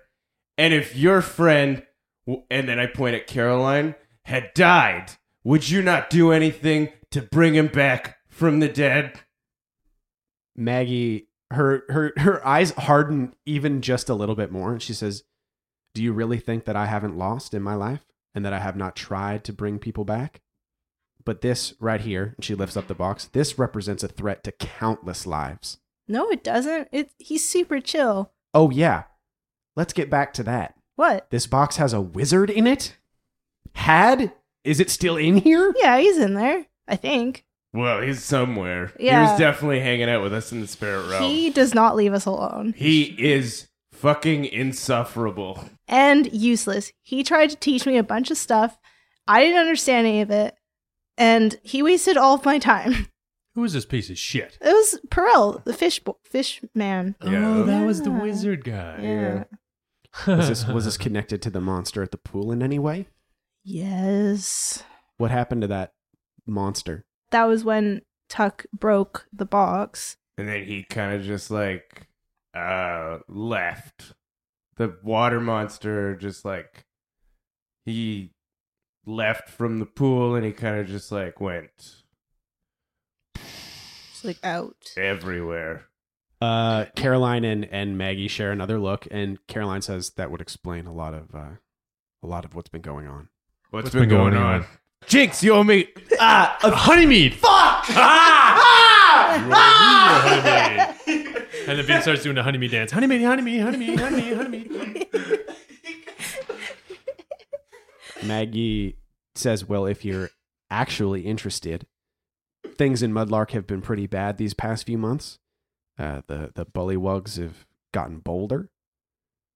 Speaker 3: And if your friend, w- and then I point at Caroline, had died, would you not do anything to bring him back from the dead?
Speaker 1: Maggie her her her eyes harden even just a little bit more and she says, "Do you really think that I haven't lost in my life and that I have not tried to bring people back?" But this right here, and she lifts up the box. This represents a threat to countless lives.
Speaker 4: No, it doesn't. It he's super chill.
Speaker 1: Oh yeah. Let's get back to that.
Speaker 4: What?
Speaker 1: This box has a wizard in it? Had? Is it still in
Speaker 4: [laughs]
Speaker 1: here?
Speaker 4: Yeah, he's in there. I think
Speaker 3: Well, he's somewhere. He
Speaker 4: Yeah.
Speaker 3: was definitely hanging out with us in the spirit realm.
Speaker 4: he does not leave us alone
Speaker 3: he is fucking insufferable.
Speaker 4: and useless. He tried to teach me a bunch of stuff. I didn't understand any of it, and he wasted all of my time. [laughs]
Speaker 2: Who is this piece of shit?
Speaker 4: It was Perel, the fish bo- fish man.
Speaker 3: Yeah.
Speaker 2: Oh, that was the
Speaker 4: Yeah.
Speaker 2: wizard guy.
Speaker 4: Yeah.
Speaker 1: Was
Speaker 2: [laughs]
Speaker 1: this, was this connected to the monster at the pool in any way?
Speaker 4: Yes.
Speaker 1: What happened to that monster?
Speaker 4: That was when Tuck broke the box.
Speaker 3: And then he kind of just like uh left. The water monster just like he left from the pool and he kind of just like went
Speaker 4: It's like out.
Speaker 3: everywhere.
Speaker 1: Uh, Caroline and, and Maggie share another look, and Caroline says that would explain a lot of uh, a lot of what's been going on.
Speaker 3: What's been, going, on? Jinx, you owe me ah a
Speaker 2: Honeymead! Fuck! Ah! Ah! [laughs] and then Vin starts doing a honeymead dance. Honeymead, honeymead, honeymead, honeymead, honeymead.
Speaker 1: Maggie says, "Well, if you're actually interested, things in Mudlark have been pretty bad these past few months. Uh, the the bullywugs have gotten bolder,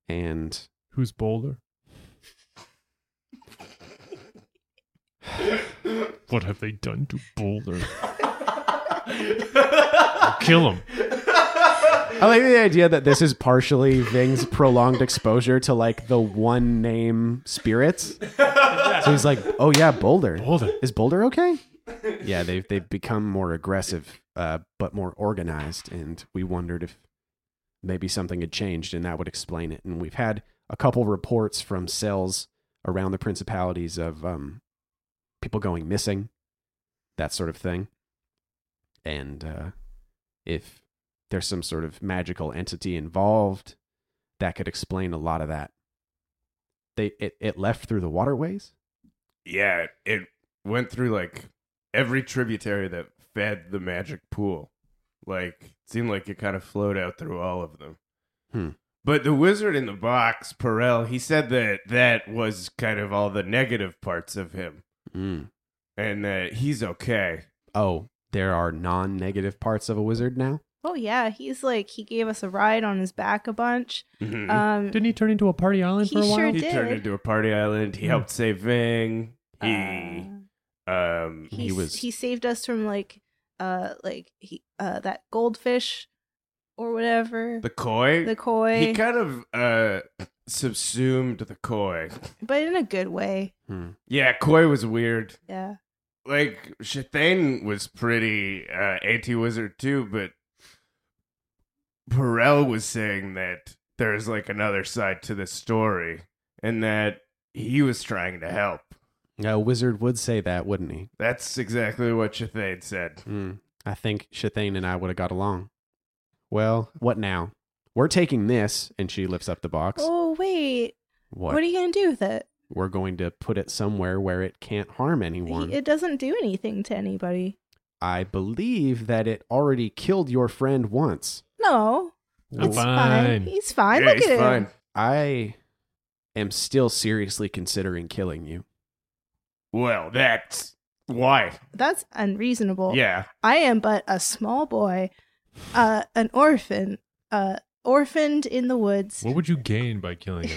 Speaker 1: and
Speaker 2: Who's bolder? what have they done to Boulder? Kill him.
Speaker 1: I like the idea that this is partially Ving's prolonged exposure to like the one name spirits. So he's like, "Oh yeah, Boulder.
Speaker 2: Boulder.
Speaker 1: Is Boulder okay?" Yeah, they've they've become more aggressive, uh, but more organized, and we wondered if maybe something had changed, and that would explain it. And we've had a couple reports from cells around the principalities of um, people going missing, that sort of thing, and uh, if there's some sort of magical entity involved that could explain a lot of that. They it, it left through the waterways.
Speaker 3: Yeah, it went through like every tributary that fed the magic pool. Like it seemed like it kind of flowed out through all of them.
Speaker 1: Hmm.
Speaker 3: But the wizard in the box, Perel, he said that that was kind of all the negative parts of him,
Speaker 1: Hmm.
Speaker 3: and that he's okay.
Speaker 1: Oh, there are non-negative parts of a wizard now.
Speaker 4: [laughs] Oh yeah, he's like he gave us a ride on his back a bunch.
Speaker 3: Mhm.
Speaker 4: Um,
Speaker 2: Didn't he turn into a party island
Speaker 4: He
Speaker 2: for a
Speaker 4: sure
Speaker 2: while?
Speaker 4: did.
Speaker 3: he turned into a party island. He
Speaker 2: Hmm.
Speaker 3: helped save Ving. He
Speaker 4: uh,
Speaker 3: um
Speaker 1: he
Speaker 4: he
Speaker 1: was-
Speaker 4: was he saved us from like uh like he uh that goldfish or whatever
Speaker 3: the koi.
Speaker 4: the koi,
Speaker 3: He kind of uh subsumed the koi.
Speaker 4: but in a good way.
Speaker 3: Yeah, koi was weird.
Speaker 4: Yeah,
Speaker 3: like Shatane was pretty uh, anti wizard too, but Perel was saying that there's like another side to the story, and that he was trying to help.
Speaker 1: A wizard would say that, wouldn't he?
Speaker 3: That's exactly what Shathane said.
Speaker 1: Mm, I think Shathane and I would have got along. Well, what now? We're taking this, and she lifts up the box.
Speaker 4: Oh wait,
Speaker 1: what?
Speaker 4: what, are you gonna do with it?
Speaker 1: We're going to put it somewhere where it can't harm anyone.
Speaker 4: It doesn't do anything to anybody.
Speaker 1: I believe that it already killed your friend once.
Speaker 4: No,
Speaker 2: I'm
Speaker 4: it's
Speaker 2: fine.
Speaker 4: fine. He's fine.
Speaker 3: yeah,
Speaker 4: Look
Speaker 3: he's
Speaker 4: at
Speaker 3: fine.
Speaker 4: him.
Speaker 1: I am still seriously considering killing you.
Speaker 3: Well, that's why.
Speaker 4: That's unreasonable.
Speaker 3: Yeah.
Speaker 4: I am but a small boy, uh, an orphan, uh, orphaned in the woods.
Speaker 2: What would you gain by killing us?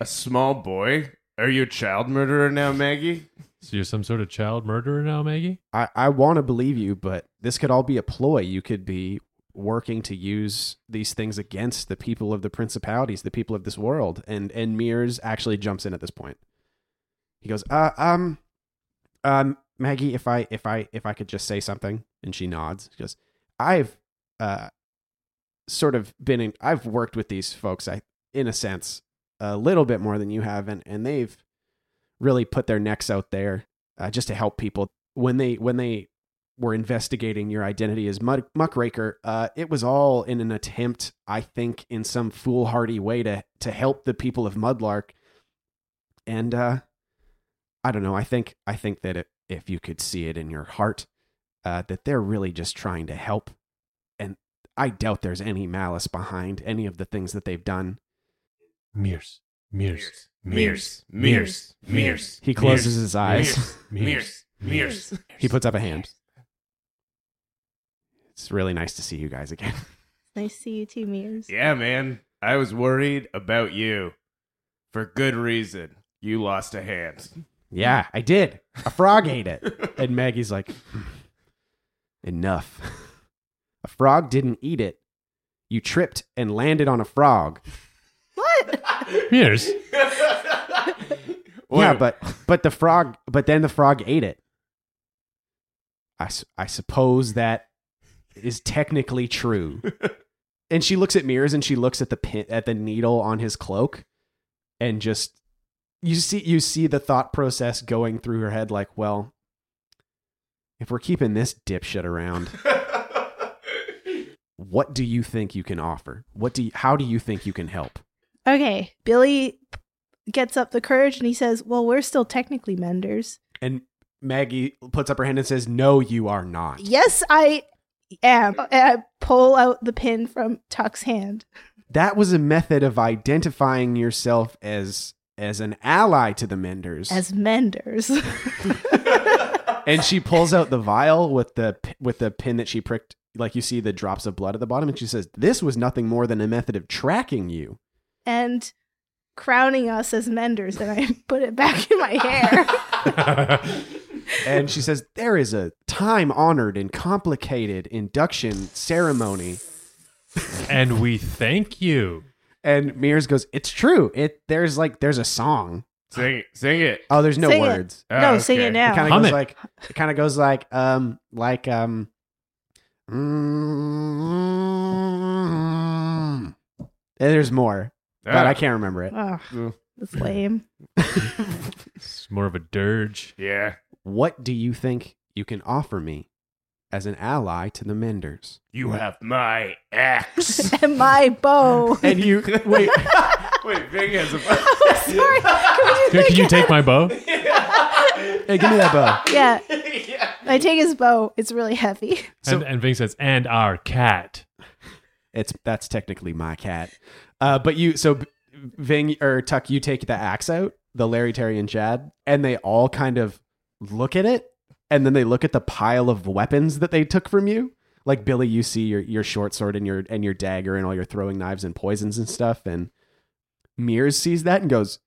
Speaker 3: A small boy? Are you a child murderer now, Maggie?
Speaker 2: So you're some sort of child murderer now, Maggie?
Speaker 1: I, I want to believe you, but this could all be a ploy. You could be working to use these things against the people of the principalities, the people of this world. And and Mears actually jumps in at this point. He goes, uh, um, um, Maggie, if I if I if I could just say something, and she nods. She goes, I've uh, sort of been in. I've worked with these folks. I in a sense a little bit more than you have, and and they've really put their necks out there uh, just to help people when they when they were investigating your identity as muck, muckraker uh, it was all in an attempt i think in some foolhardy way to to help the people of mudlark and uh i don't know i think i think that it, if you could see it in your heart uh that they're really just trying to help and i doubt there's any malice behind any of the things that they've done
Speaker 2: Mears. Mears.
Speaker 3: Mears. Mears. Mears.
Speaker 1: he closes his eyes
Speaker 3: Mears. Mears.
Speaker 1: [laughs] he puts up a hand it's really nice to see you guys again
Speaker 4: Nice to see you too, Mears.
Speaker 3: Yeah, man. I was worried about you. For good reason. You lost a hand.
Speaker 1: Yeah, I did. A frog ate it. And Maggie's like, "Hmm, enough. [laughs] A frog didn't eat it. You tripped and landed on a frog.
Speaker 4: What?
Speaker 2: Mears.
Speaker 1: yeah,
Speaker 3: Wait,
Speaker 1: but [laughs] but the frog, but then the frog ate it. I, s- I suppose that is technically true. and she looks at mirrors and she looks at the pin, at the needle on his cloak, and just you see you see the thought process going through her head like, well, if we're keeping this dipshit around, what do you think you can offer? What do you, how do you think you can help?
Speaker 4: okay, Billy gets up the courage and he says, "Well, we're still technically menders."
Speaker 1: And Maggie puts up her hand and says, "No, you are not."
Speaker 4: Yes, I am. And I pull out the pin from Tuck's hand.
Speaker 1: that was a method of identifying yourself as as an ally to the menders
Speaker 4: as menders. [laughs]
Speaker 1: and she pulls out the vial with the p- with the pin that she pricked like you see the drops of blood at the bottom and she says this was nothing more than a method of tracking you
Speaker 4: and crowning us as menders and I [laughs] put it back in my [laughs] hair.
Speaker 1: and she says there is a time honored and complicated induction ceremony
Speaker 2: [laughs] and we thank you.
Speaker 1: and mears goes it's true it there's like there's a song
Speaker 3: sing it. Sing it.
Speaker 1: oh there's no
Speaker 4: Sing it.
Speaker 1: words
Speaker 3: Oh,
Speaker 4: no, sing
Speaker 3: okay.
Speaker 4: it now.
Speaker 1: It
Speaker 4: [laughs]
Speaker 1: kind of
Speaker 2: Hum
Speaker 1: goes
Speaker 2: it.
Speaker 1: like it kind of goes like um like um mm, there's more, but
Speaker 3: Ah.
Speaker 1: I can't remember it.
Speaker 4: Ugh, that's lame.
Speaker 2: It's more of a dirge.
Speaker 3: Yeah.
Speaker 1: What do you think you can offer me as an ally to the Menders?
Speaker 3: You have my axe.
Speaker 4: [laughs] and my bow. [laughs]
Speaker 1: And you wait,
Speaker 3: Wait, Big has
Speaker 4: Sorry. Can we
Speaker 2: Here,
Speaker 4: just
Speaker 2: can you take my bow?
Speaker 1: hey, give me that bow.
Speaker 4: [laughs] yeah.
Speaker 3: a.
Speaker 4: I take his bow. It's really heavy. [laughs]
Speaker 1: So-
Speaker 2: and, and Ving says, and our cat.
Speaker 1: It's that's technically my cat, uh, but you so Ving or Tuck, you take the axe out, the Larry Terry and Chad, and they all kind of look at it, and then they look at the pile of weapons that they took from you. Like Billy, you see your your short sword and your and your dagger and all your throwing knives and poisons and stuff, and Mears sees that and goes,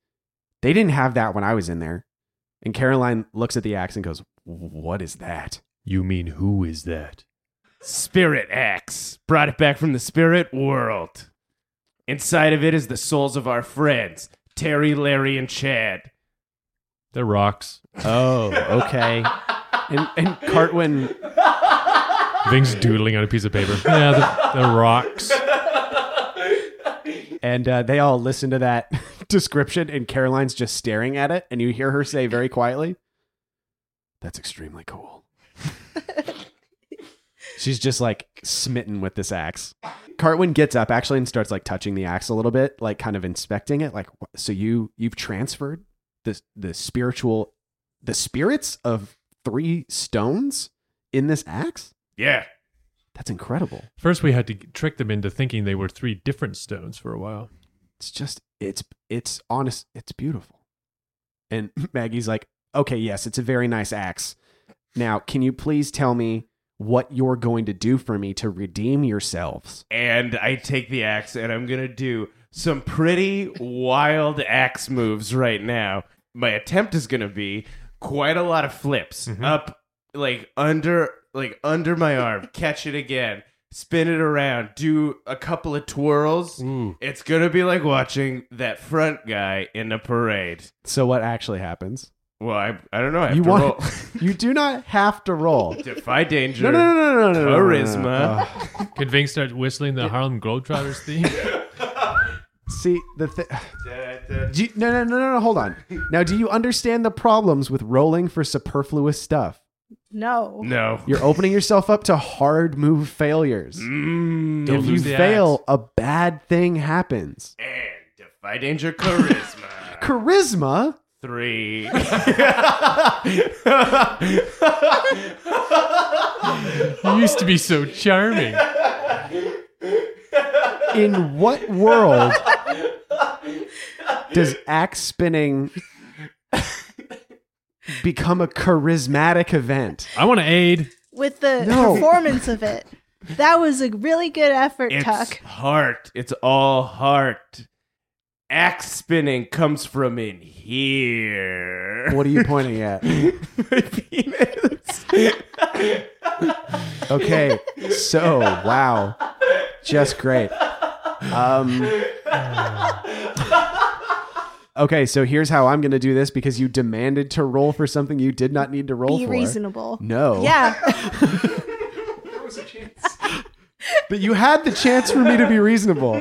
Speaker 1: "They didn't have that when I was in there." And Caroline looks at the axe and goes, "What is that?"
Speaker 2: You mean who is that?
Speaker 3: Spirit axe. Brought it back from the spirit world. Inside of it is the souls of our friends, Terry, Larry, and Chad.
Speaker 2: They're rocks.
Speaker 1: Oh, okay. and and Cartwin
Speaker 2: Ving's doodling on a piece of paper. [laughs] Yeah, the, the rocks.
Speaker 1: and uh, they all listen to that [laughs] description and Caroline's just staring at it and you hear her say very quietly, That's extremely cool. She's just like smitten with this axe. Cartwin gets up actually and starts like touching the axe a little bit, like kind of inspecting it. Like, "Wha- so you you've transferred the the spiritual the spirits of three stones in this axe?
Speaker 3: Yeah.
Speaker 1: That's incredible.
Speaker 2: First, we had to trick them into thinking they were three different stones for a while.
Speaker 1: it's just it's it's honest it's beautiful and [laughs] maggie's like okay yes it's a very nice axe now can you please tell me what you're going to do for me to redeem yourselves
Speaker 3: And I take the axe and I'm going to do some pretty wild axe moves right now. My attempt is going to be quite a lot of flips up like under like under my arm, [laughs] catch it again, spin it around, do a couple of twirls.
Speaker 2: Ooh.
Speaker 3: It's going to be like watching that front guy in a parade.
Speaker 1: so what actually happens
Speaker 3: Well, I, I don't know. I have
Speaker 1: you [laughs]
Speaker 3: to
Speaker 1: want
Speaker 3: roll.
Speaker 1: you do not have to roll
Speaker 3: [laughs] Defy danger.
Speaker 1: no no no no no, no, no, no, Uh, no.
Speaker 3: Charisma.
Speaker 1: Ugh.
Speaker 2: Could Ving start whistling the Harlem Globetrotters [laughs] theme?
Speaker 1: see the thing [sighs] Do you, no, no, no, no, no. Hold on. Now, do you understand the problems with rolling for superfluous stuff?
Speaker 4: No.
Speaker 3: No.
Speaker 1: You're opening yourself up to hard move failures.
Speaker 3: Mm,
Speaker 1: if you
Speaker 2: lose the
Speaker 1: fail, a bad thing happens.
Speaker 3: and defy danger
Speaker 1: [laughs]
Speaker 3: charisma.
Speaker 1: Charisma?
Speaker 3: Three.
Speaker 2: you used to be so charming.
Speaker 1: In what world does axe spinning become a charismatic event?
Speaker 2: I want to aid.
Speaker 4: With the
Speaker 1: No.
Speaker 4: performance of
Speaker 1: [laughs]
Speaker 4: it. That was a really good effort,
Speaker 3: it's
Speaker 4: Tuck.
Speaker 3: heart. It's all heart. Axe spinning comes from in here.
Speaker 1: What are you pointing at?
Speaker 3: [laughs] My penis.
Speaker 1: Okay, so wow, just great. Um, okay, so here's how I'm going to do this because you demanded to roll for something you did not need to roll
Speaker 4: Be
Speaker 1: for.
Speaker 4: reasonable.
Speaker 1: No. [laughs]
Speaker 4: Yeah.
Speaker 1: But you had the chance for me to be reasonable.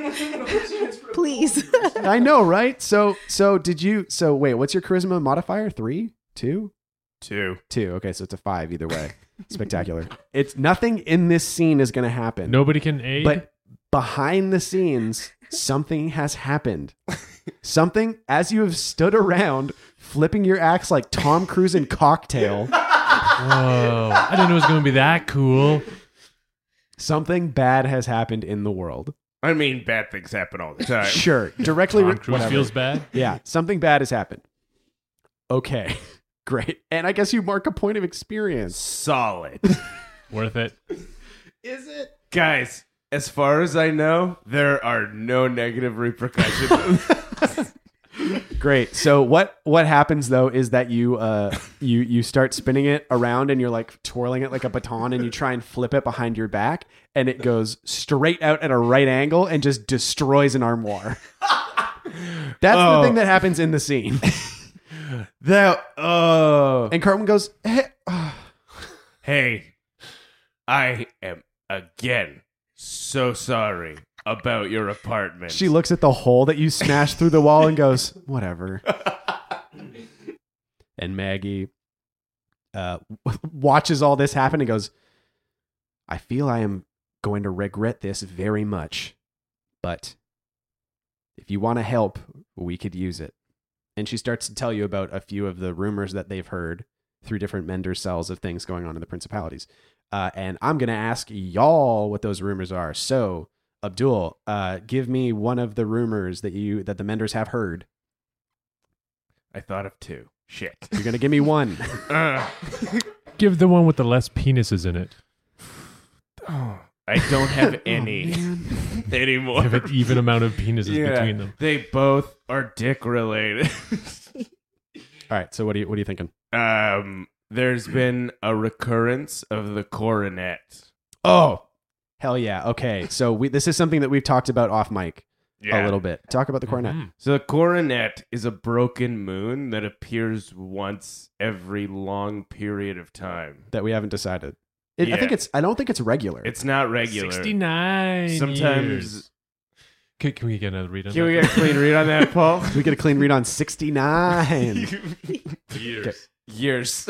Speaker 4: Please.
Speaker 1: I know, right? So, so did you? So, wait, what's your charisma modifier? Three, two,
Speaker 3: Two.
Speaker 1: two. Okay, so it's a five either way. Spectacular. It's nothing in this scene is going to happen.
Speaker 2: Nobody can aid.
Speaker 1: But behind the
Speaker 2: [laughs]
Speaker 1: scenes, something has happened. Something as you have stood around flipping your axe like Tom Cruise in
Speaker 2: [laughs]
Speaker 1: Cocktail,
Speaker 2: Whoa. Oh, I didn't know it was going to be that cool.
Speaker 1: something bad has happened in the world.
Speaker 3: I mean, bad things happen all
Speaker 1: [laughs]
Speaker 3: the time.
Speaker 1: Sure, directly
Speaker 2: Tom
Speaker 1: re-
Speaker 2: Cruise
Speaker 1: whatever.
Speaker 2: feels bad.
Speaker 1: Yeah, something bad has happened. Okay, [laughs] great. And I guess you mark a point of experience. [laughs]
Speaker 3: Solid.
Speaker 2: Worth it.
Speaker 1: Is it?
Speaker 3: Guys, as far as I know, there are no negative repercussions.
Speaker 1: [laughs] Great. So what what happens though is that you uh you you start spinning it around and you're like twirling it like a baton and you try and flip it behind your back and it goes straight out at a right angle and just destroys an armoire. [laughs] That's the
Speaker 3: Oh.
Speaker 1: thing that happens in the scene.
Speaker 3: that oh
Speaker 1: And Cartman goes, "Eh,
Speaker 3: hey, I am again so sorry about your apartment.
Speaker 1: She looks at the hole that you smashed through the wall and goes, whatever. and Maggie uh, [laughs] w- watches all this happen and goes, I feel I am going to regret this very much, but if you want to help, we could use it. And she starts to tell you about a few of the rumors that they've heard through different mender cells of things going on in the principalities. Uh, and I'm going to ask y'all what those rumors are. So, Abdul, uh, give me one of the rumors that you that the menders have heard.
Speaker 3: I thought of two. Shit.
Speaker 1: You're gonna give me
Speaker 3: [laughs]
Speaker 1: one.
Speaker 3: Ugh.
Speaker 2: Give the one with the less penises in it.
Speaker 3: I
Speaker 1: [laughs]
Speaker 3: don't
Speaker 1: Oh,
Speaker 3: have
Speaker 2: [laughs]
Speaker 3: any anymore.
Speaker 2: Have an
Speaker 3: [laughs]
Speaker 2: even amount of penises between them.
Speaker 3: They both are
Speaker 1: [laughs]
Speaker 3: dick related.
Speaker 1: All right. So what are you what are you thinking?
Speaker 3: um there's been a recurrence of the coronet.
Speaker 1: Oh, hell yeah. Okay. So we this is something that we've talked about off mic a little bit. Talk about the
Speaker 3: Mm-hmm.
Speaker 1: coronet.
Speaker 2: Mhm.
Speaker 3: So the coronet is a broken moon that appears once every long period of time.
Speaker 1: that we haven't decided. It, I
Speaker 3: Yeah.
Speaker 1: think it's. I don't think it's regular.
Speaker 3: It's not regular.
Speaker 2: 69.
Speaker 3: Sometimes
Speaker 2: years. Can, can we get another read on
Speaker 3: Can
Speaker 2: that?
Speaker 3: we get a clean read on that, Paul? [laughs]
Speaker 1: We get a clean read on 69.
Speaker 2: Years.
Speaker 3: years.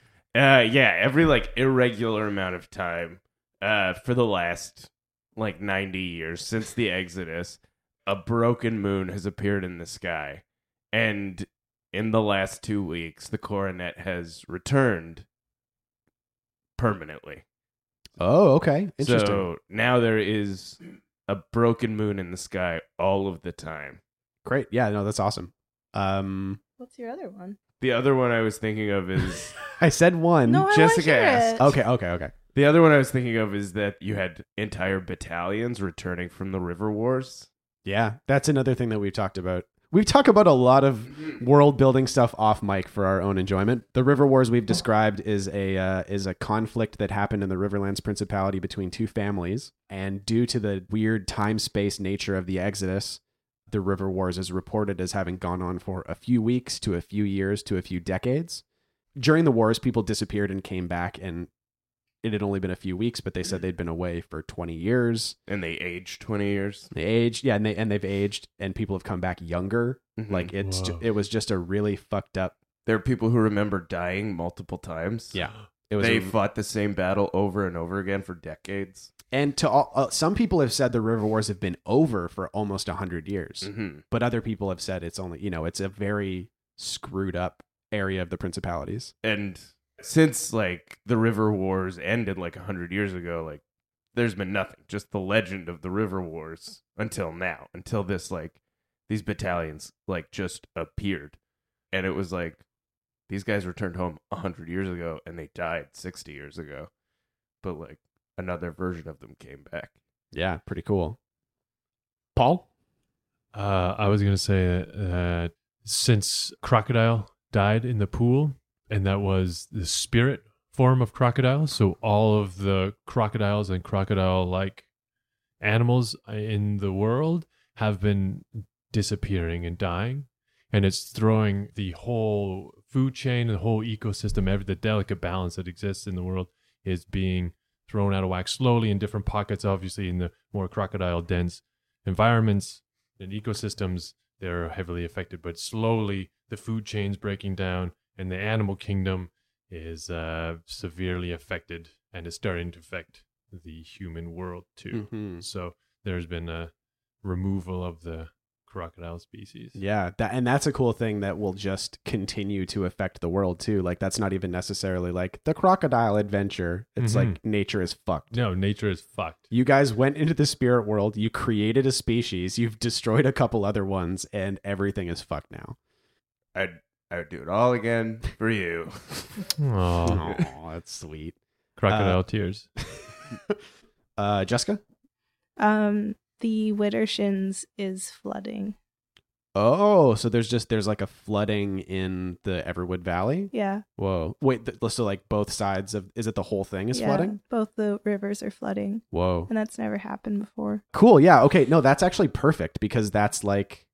Speaker 3: [laughs] uh, yeah, every like irregular amount of time uh, for the last like 90 years since the Exodus, a broken moon has appeared in the sky. And in the last two weeks, the coronet has returned permanently.
Speaker 1: Oh, okay. Interesting.
Speaker 3: So now there is a broken moon in the sky all of the time.
Speaker 1: Great. Yeah, no, that's awesome. Um,
Speaker 4: [laughs] What's your other one?
Speaker 3: The other one I was thinking of is
Speaker 1: I said one.
Speaker 4: No, I
Speaker 3: Jessica
Speaker 4: Jessica
Speaker 3: asked.
Speaker 4: asked.
Speaker 1: Okay, okay, okay.
Speaker 3: The other one I was thinking of is that you had entire battalions returning from the River Wars.
Speaker 1: Yeah, that's another thing that we've talked about. We've talked about a lot of world building stuff off mic for our own enjoyment. The River Wars we've described is a uh, is a conflict that happened in the Riverlands Principality between two families, and due to the weird time space nature of the Exodus, the River Wars is reported as having gone on for a few weeks to a few years to a few decades. During the wars, people disappeared and came back, and it had only been a few weeks, but they said they'd been away for twenty years.
Speaker 3: And they aged 20 years.
Speaker 1: They aged, yeah, and they and they've aged, and people have come back younger. Like it's ju-
Speaker 2: Whoa.
Speaker 1: it was just a really fucked up.
Speaker 3: there are people who remember dying multiple times.
Speaker 1: Yeah. It was,
Speaker 3: They
Speaker 1: a-
Speaker 3: fought the same battle over and over again for decades.
Speaker 1: and to all, uh, some people have said the river wars have been over for almost hundred years,
Speaker 3: Mm-hmm.
Speaker 1: but other people have said it's only you know it's a very screwed up area of the principalities.
Speaker 3: And since like the River Wars ended like 100 years ago, like there's been nothing. Just the legend of the River Wars until now, until this like these battalions like just appeared. And it was like these guys returned home 100 years ago and they died 60 years ago. But like another version of them came back.
Speaker 1: Yeah, pretty cool. Paul,
Speaker 2: Uh, I was gonna say that uh, since crocodile died in the pool, and that was the spirit form of crocodile, so all of the crocodiles and crocodile-like animals uh, in the world have been disappearing and dying, and it's throwing the whole food chain, the whole ecosystem, every the delicate balance that exists in the world is being thrown out of whack slowly in different pockets. Obviously, in the more crocodile-dense environments and ecosystems they're heavily affected but slowly the food chain's breaking down and the animal kingdom is uh, severely affected and is starting to affect the human world
Speaker 1: Hmm.
Speaker 2: too
Speaker 1: Mm-hmm.
Speaker 2: so there's been a removal of the crocodile species
Speaker 1: Yeah, that and that's a cool thing that will just continue to affect the world too. Like that's not even necessarily like the crocodile adventure. It's
Speaker 2: Mhm.
Speaker 1: like nature is fucked.
Speaker 2: no nature is fucked
Speaker 1: You guys went into the spirit world, you created a species, you've destroyed a couple other ones and everything is fucked now.
Speaker 3: I'd I would do it all again for you. [laughs]
Speaker 2: Aw,
Speaker 1: Oh, that's sweet.
Speaker 2: crocodile tears
Speaker 1: [laughs] Uh Jessica?
Speaker 4: Um, the Wittershins is flooding.
Speaker 1: Oh, so there's just there's like a flooding in the Everwood Valley.
Speaker 4: Yeah.
Speaker 1: Whoa. Wait, th- so like both sides of is it the whole thing is
Speaker 4: yeah.
Speaker 1: flooding?
Speaker 4: Both the rivers are flooding,
Speaker 1: Whoa.
Speaker 4: and that's never happened before.
Speaker 1: Cool. Yeah. Okay. No, that's actually perfect because that's like,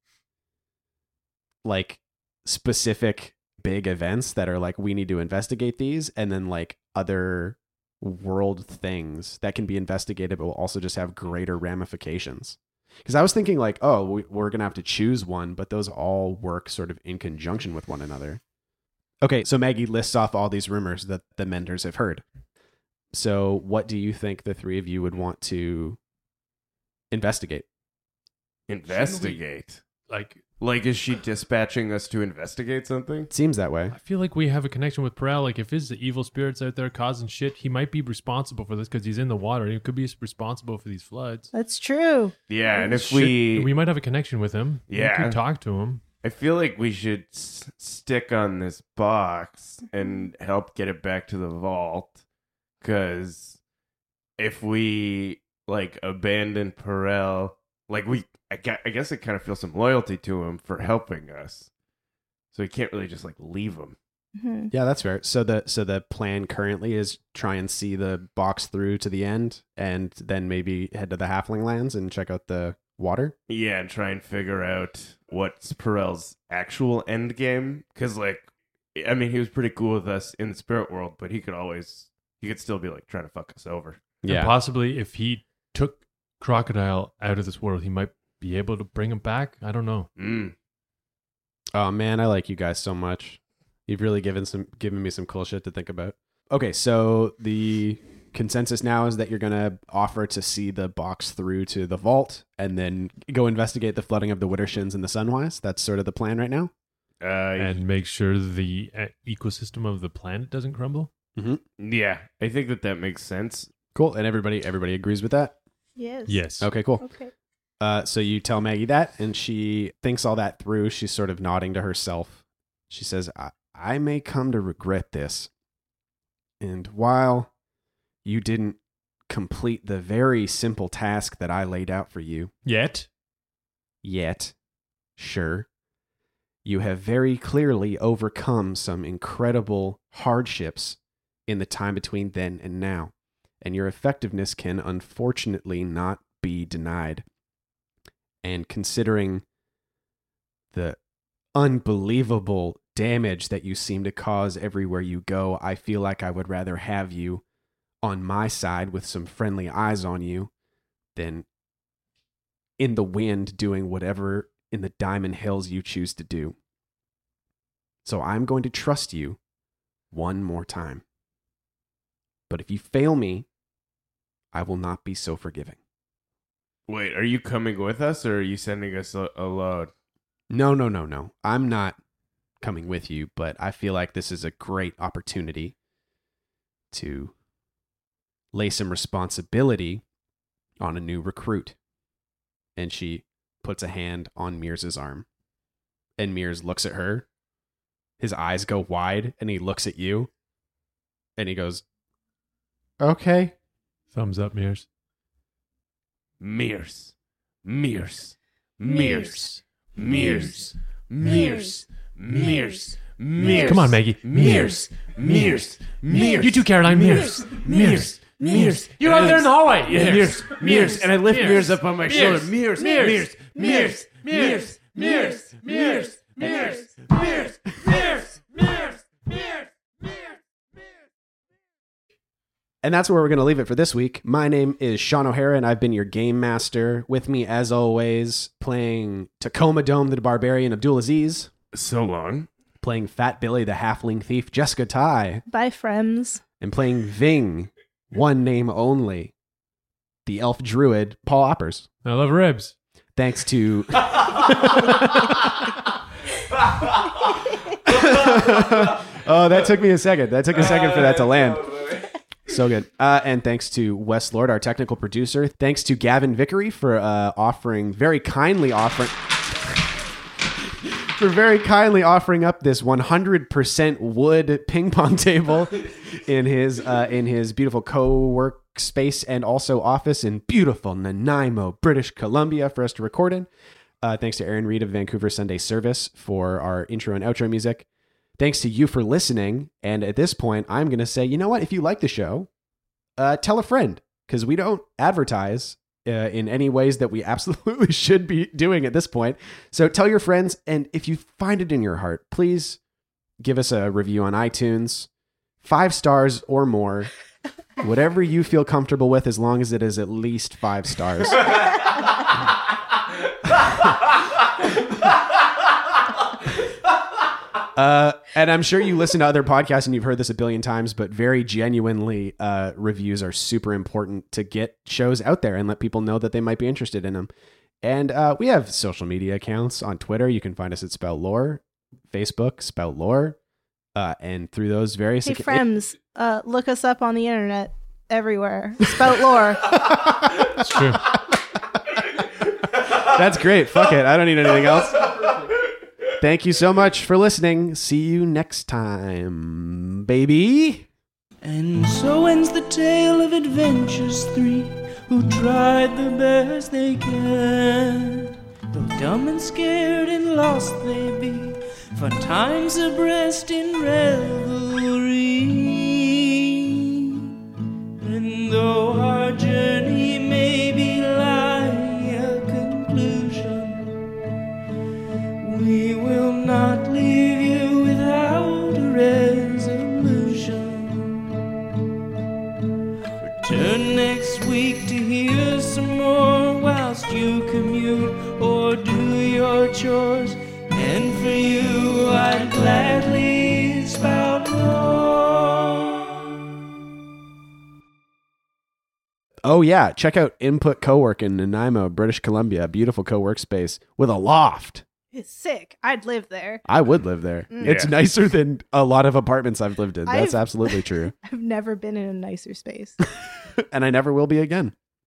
Speaker 1: like specific big events that are like we need to investigate these, and then like other world things that can be investigated, but will also just have greater ramifications. Because I was thinking like, oh, we, we're gonna have to choose one, but those all work sort of in conjunction with one another. Okay, so Maggie lists off all these rumors that the Menders have heard. So, what do you think the three of you would want to investigate.
Speaker 3: investigate.
Speaker 2: like
Speaker 3: Like is she dispatching us to investigate something?
Speaker 1: It seems that way.
Speaker 2: i feel like we have a connection with Perel. like if it's the evil spirits out there causing shit he might be responsible for this because he's in the water and he could be responsible for these floods
Speaker 4: That's true.
Speaker 3: Yeah, and if
Speaker 2: Shit,
Speaker 3: we
Speaker 2: we might have a connection with him.
Speaker 3: Yeah.
Speaker 2: we could talk to him.
Speaker 3: I feel like we should s- stick on this box and help get it back to the vault. Because if we like abandon Perel, like we, I, gu- I guess I kind of feel some loyalty to him for helping us. So we can't really just like leave him.
Speaker 4: Mhm.
Speaker 1: Yeah, that's fair. So the so the plan currently is try and see the box through to the end, and then maybe head to the Halfling lands and check out the water.
Speaker 3: Yeah, and try and figure out what's Perel's actual end game. Because like, I mean, he was pretty cool with us in the spirit world, but he could always, he could still be like trying to fuck us over.
Speaker 2: And possibly if he took Crocodile out of this world, he might be able to bring him back? I don't know.
Speaker 3: Mm.
Speaker 1: Oh man, I like you guys so much. You've really given some given me some cool shit to think about. Okay, so the consensus now is that you're gonna offer to see the box through to the vault and then go investigate the flooding of the Wittershins and the Sunwise. That's sort of the plan right now.
Speaker 3: Uh,
Speaker 2: And make sure the uh, ecosystem of the planet doesn't crumble.
Speaker 3: yeah, I think that that makes sense.
Speaker 1: Cool. And everybody everybody agrees with that.
Speaker 4: Yes.
Speaker 2: Yes.
Speaker 1: Okay, cool.
Speaker 4: Okay.
Speaker 1: Uh, so you tell Maggie that, and she thinks all that through. She's sort of nodding to herself. She says, I, I may come to regret this. And while you didn't complete the very simple task that I laid out for you
Speaker 2: Yet.
Speaker 1: yet, sure, you have very clearly overcome some incredible hardships in the time between then and now, and your effectiveness can unfortunately not be denied. And considering the unbelievable damage that you seem to cause everywhere you go, I feel like I would rather have you on my side with some friendly eyes on you than in the wind doing whatever in the Diamond Hills you choose to do. So I'm going to trust you one more time. But if you fail me, I will not be so forgiving.
Speaker 3: Wait, are you coming with us or are you sending us a- alone?
Speaker 1: No, no, no, no. I'm not coming with you, but I feel like this is a great opportunity to lay some responsibility on a new recruit. And she puts a hand on Mears's arm. And Mears looks at her. His eyes go wide and he looks at you. And he goes, "Okay."
Speaker 2: Thumbs up, Mears.
Speaker 3: Mears. Mears. Mears. Mears. Mears.
Speaker 5: Mears.
Speaker 3: Mears.
Speaker 5: Mears.
Speaker 3: Mears.
Speaker 2: Come on, Maggie.
Speaker 3: Mears. Mears. Mears.
Speaker 2: You too, Caroline. Mears.
Speaker 3: Mears. Mears.
Speaker 5: You're out there in the hallway.
Speaker 3: Yeah, Mears. Mears. And I lift
Speaker 5: Mears.
Speaker 3: Mears up on my shoulder. Mears. Mears.
Speaker 5: Mears.
Speaker 3: Mears. Mears.
Speaker 5: Mears.
Speaker 3: Mears. Mears. Mears. Mears.
Speaker 5: Mears. Mears. Mears. Mears.
Speaker 1: And that's where we're going to leave it for this week. My name is Sean O'Hara, and I've been your game master. With me, as always, playing Tacoma Dome the Barbarian Abdul Aziz,
Speaker 3: So long.
Speaker 1: playing Fat Billy the Halfling Thief Jessica Ty,
Speaker 4: Bye, friends.
Speaker 1: and playing Ving, one name only, the Elf Druid Paul Oppers.
Speaker 2: I love ribs.
Speaker 1: Thanks to. [laughs] oh, that took me a second. That took a second for that to land. So good. Uh, and thanks to Wes Lord, our technical producer. Thanks to Gavin Vickery for uh, offering, very kindly offering. For very kindly offering up this 100% wood ping pong [laughs] table in his uh, in his beautiful co-work space and also office in beautiful Nanaimo, British Columbia, for us to record in. Uh, thanks to Aaron Reed of Vancouver Sunday Service for our intro and outro music. Thanks to you for listening. And at this point, I'm going to say, you know what? If you like the show, uh, tell a friend because we don't advertise uh, in any ways that we absolutely [laughs] should be doing at this point. So tell your friends. And if you find it in your heart, please give us a review on iTunes, five stars or more, whatever you feel comfortable with, as long as it is at least five stars. Uh, and I'm sure you listen to other podcasts and you've heard this a billion times, but very genuinely, uh, reviews are super important to get shows out there and let people know that they might be interested in them. And uh, we have social media accounts on Twitter. You can find us at Spell Lore, Facebook, Spell Lore. Uh, and through those various
Speaker 4: Hey,
Speaker 1: acc-
Speaker 4: friends. Uh, look us up on the internet everywhere. Spout lore.
Speaker 1: [laughs]
Speaker 2: It's true.
Speaker 1: That's great. Fuck it. I don't need anything else. Thank you so much for listening. See you next time, baby.
Speaker 5: And so ends the tale of adventures three who tried the best they can. Though dumb and scared and lost they be, for time's abreast in revelry. And though our journey may be lie a conclusion, we will not leave you without a resolution. Turn next week to hear some more whilst you commute or do your chores. And for you, I'd gladly spout more.
Speaker 1: Oh yeah, check out Input Cowork in Nanaimo, British Columbia. A beautiful co-work space with a loft.
Speaker 4: It's sick. I'd live there.
Speaker 1: I would live there.
Speaker 4: Mm.
Speaker 1: It's nicer than a lot of apartments I've lived in. That's
Speaker 4: I've-
Speaker 1: absolutely true.
Speaker 4: I've never been in a nicer space.
Speaker 1: and I never will be again.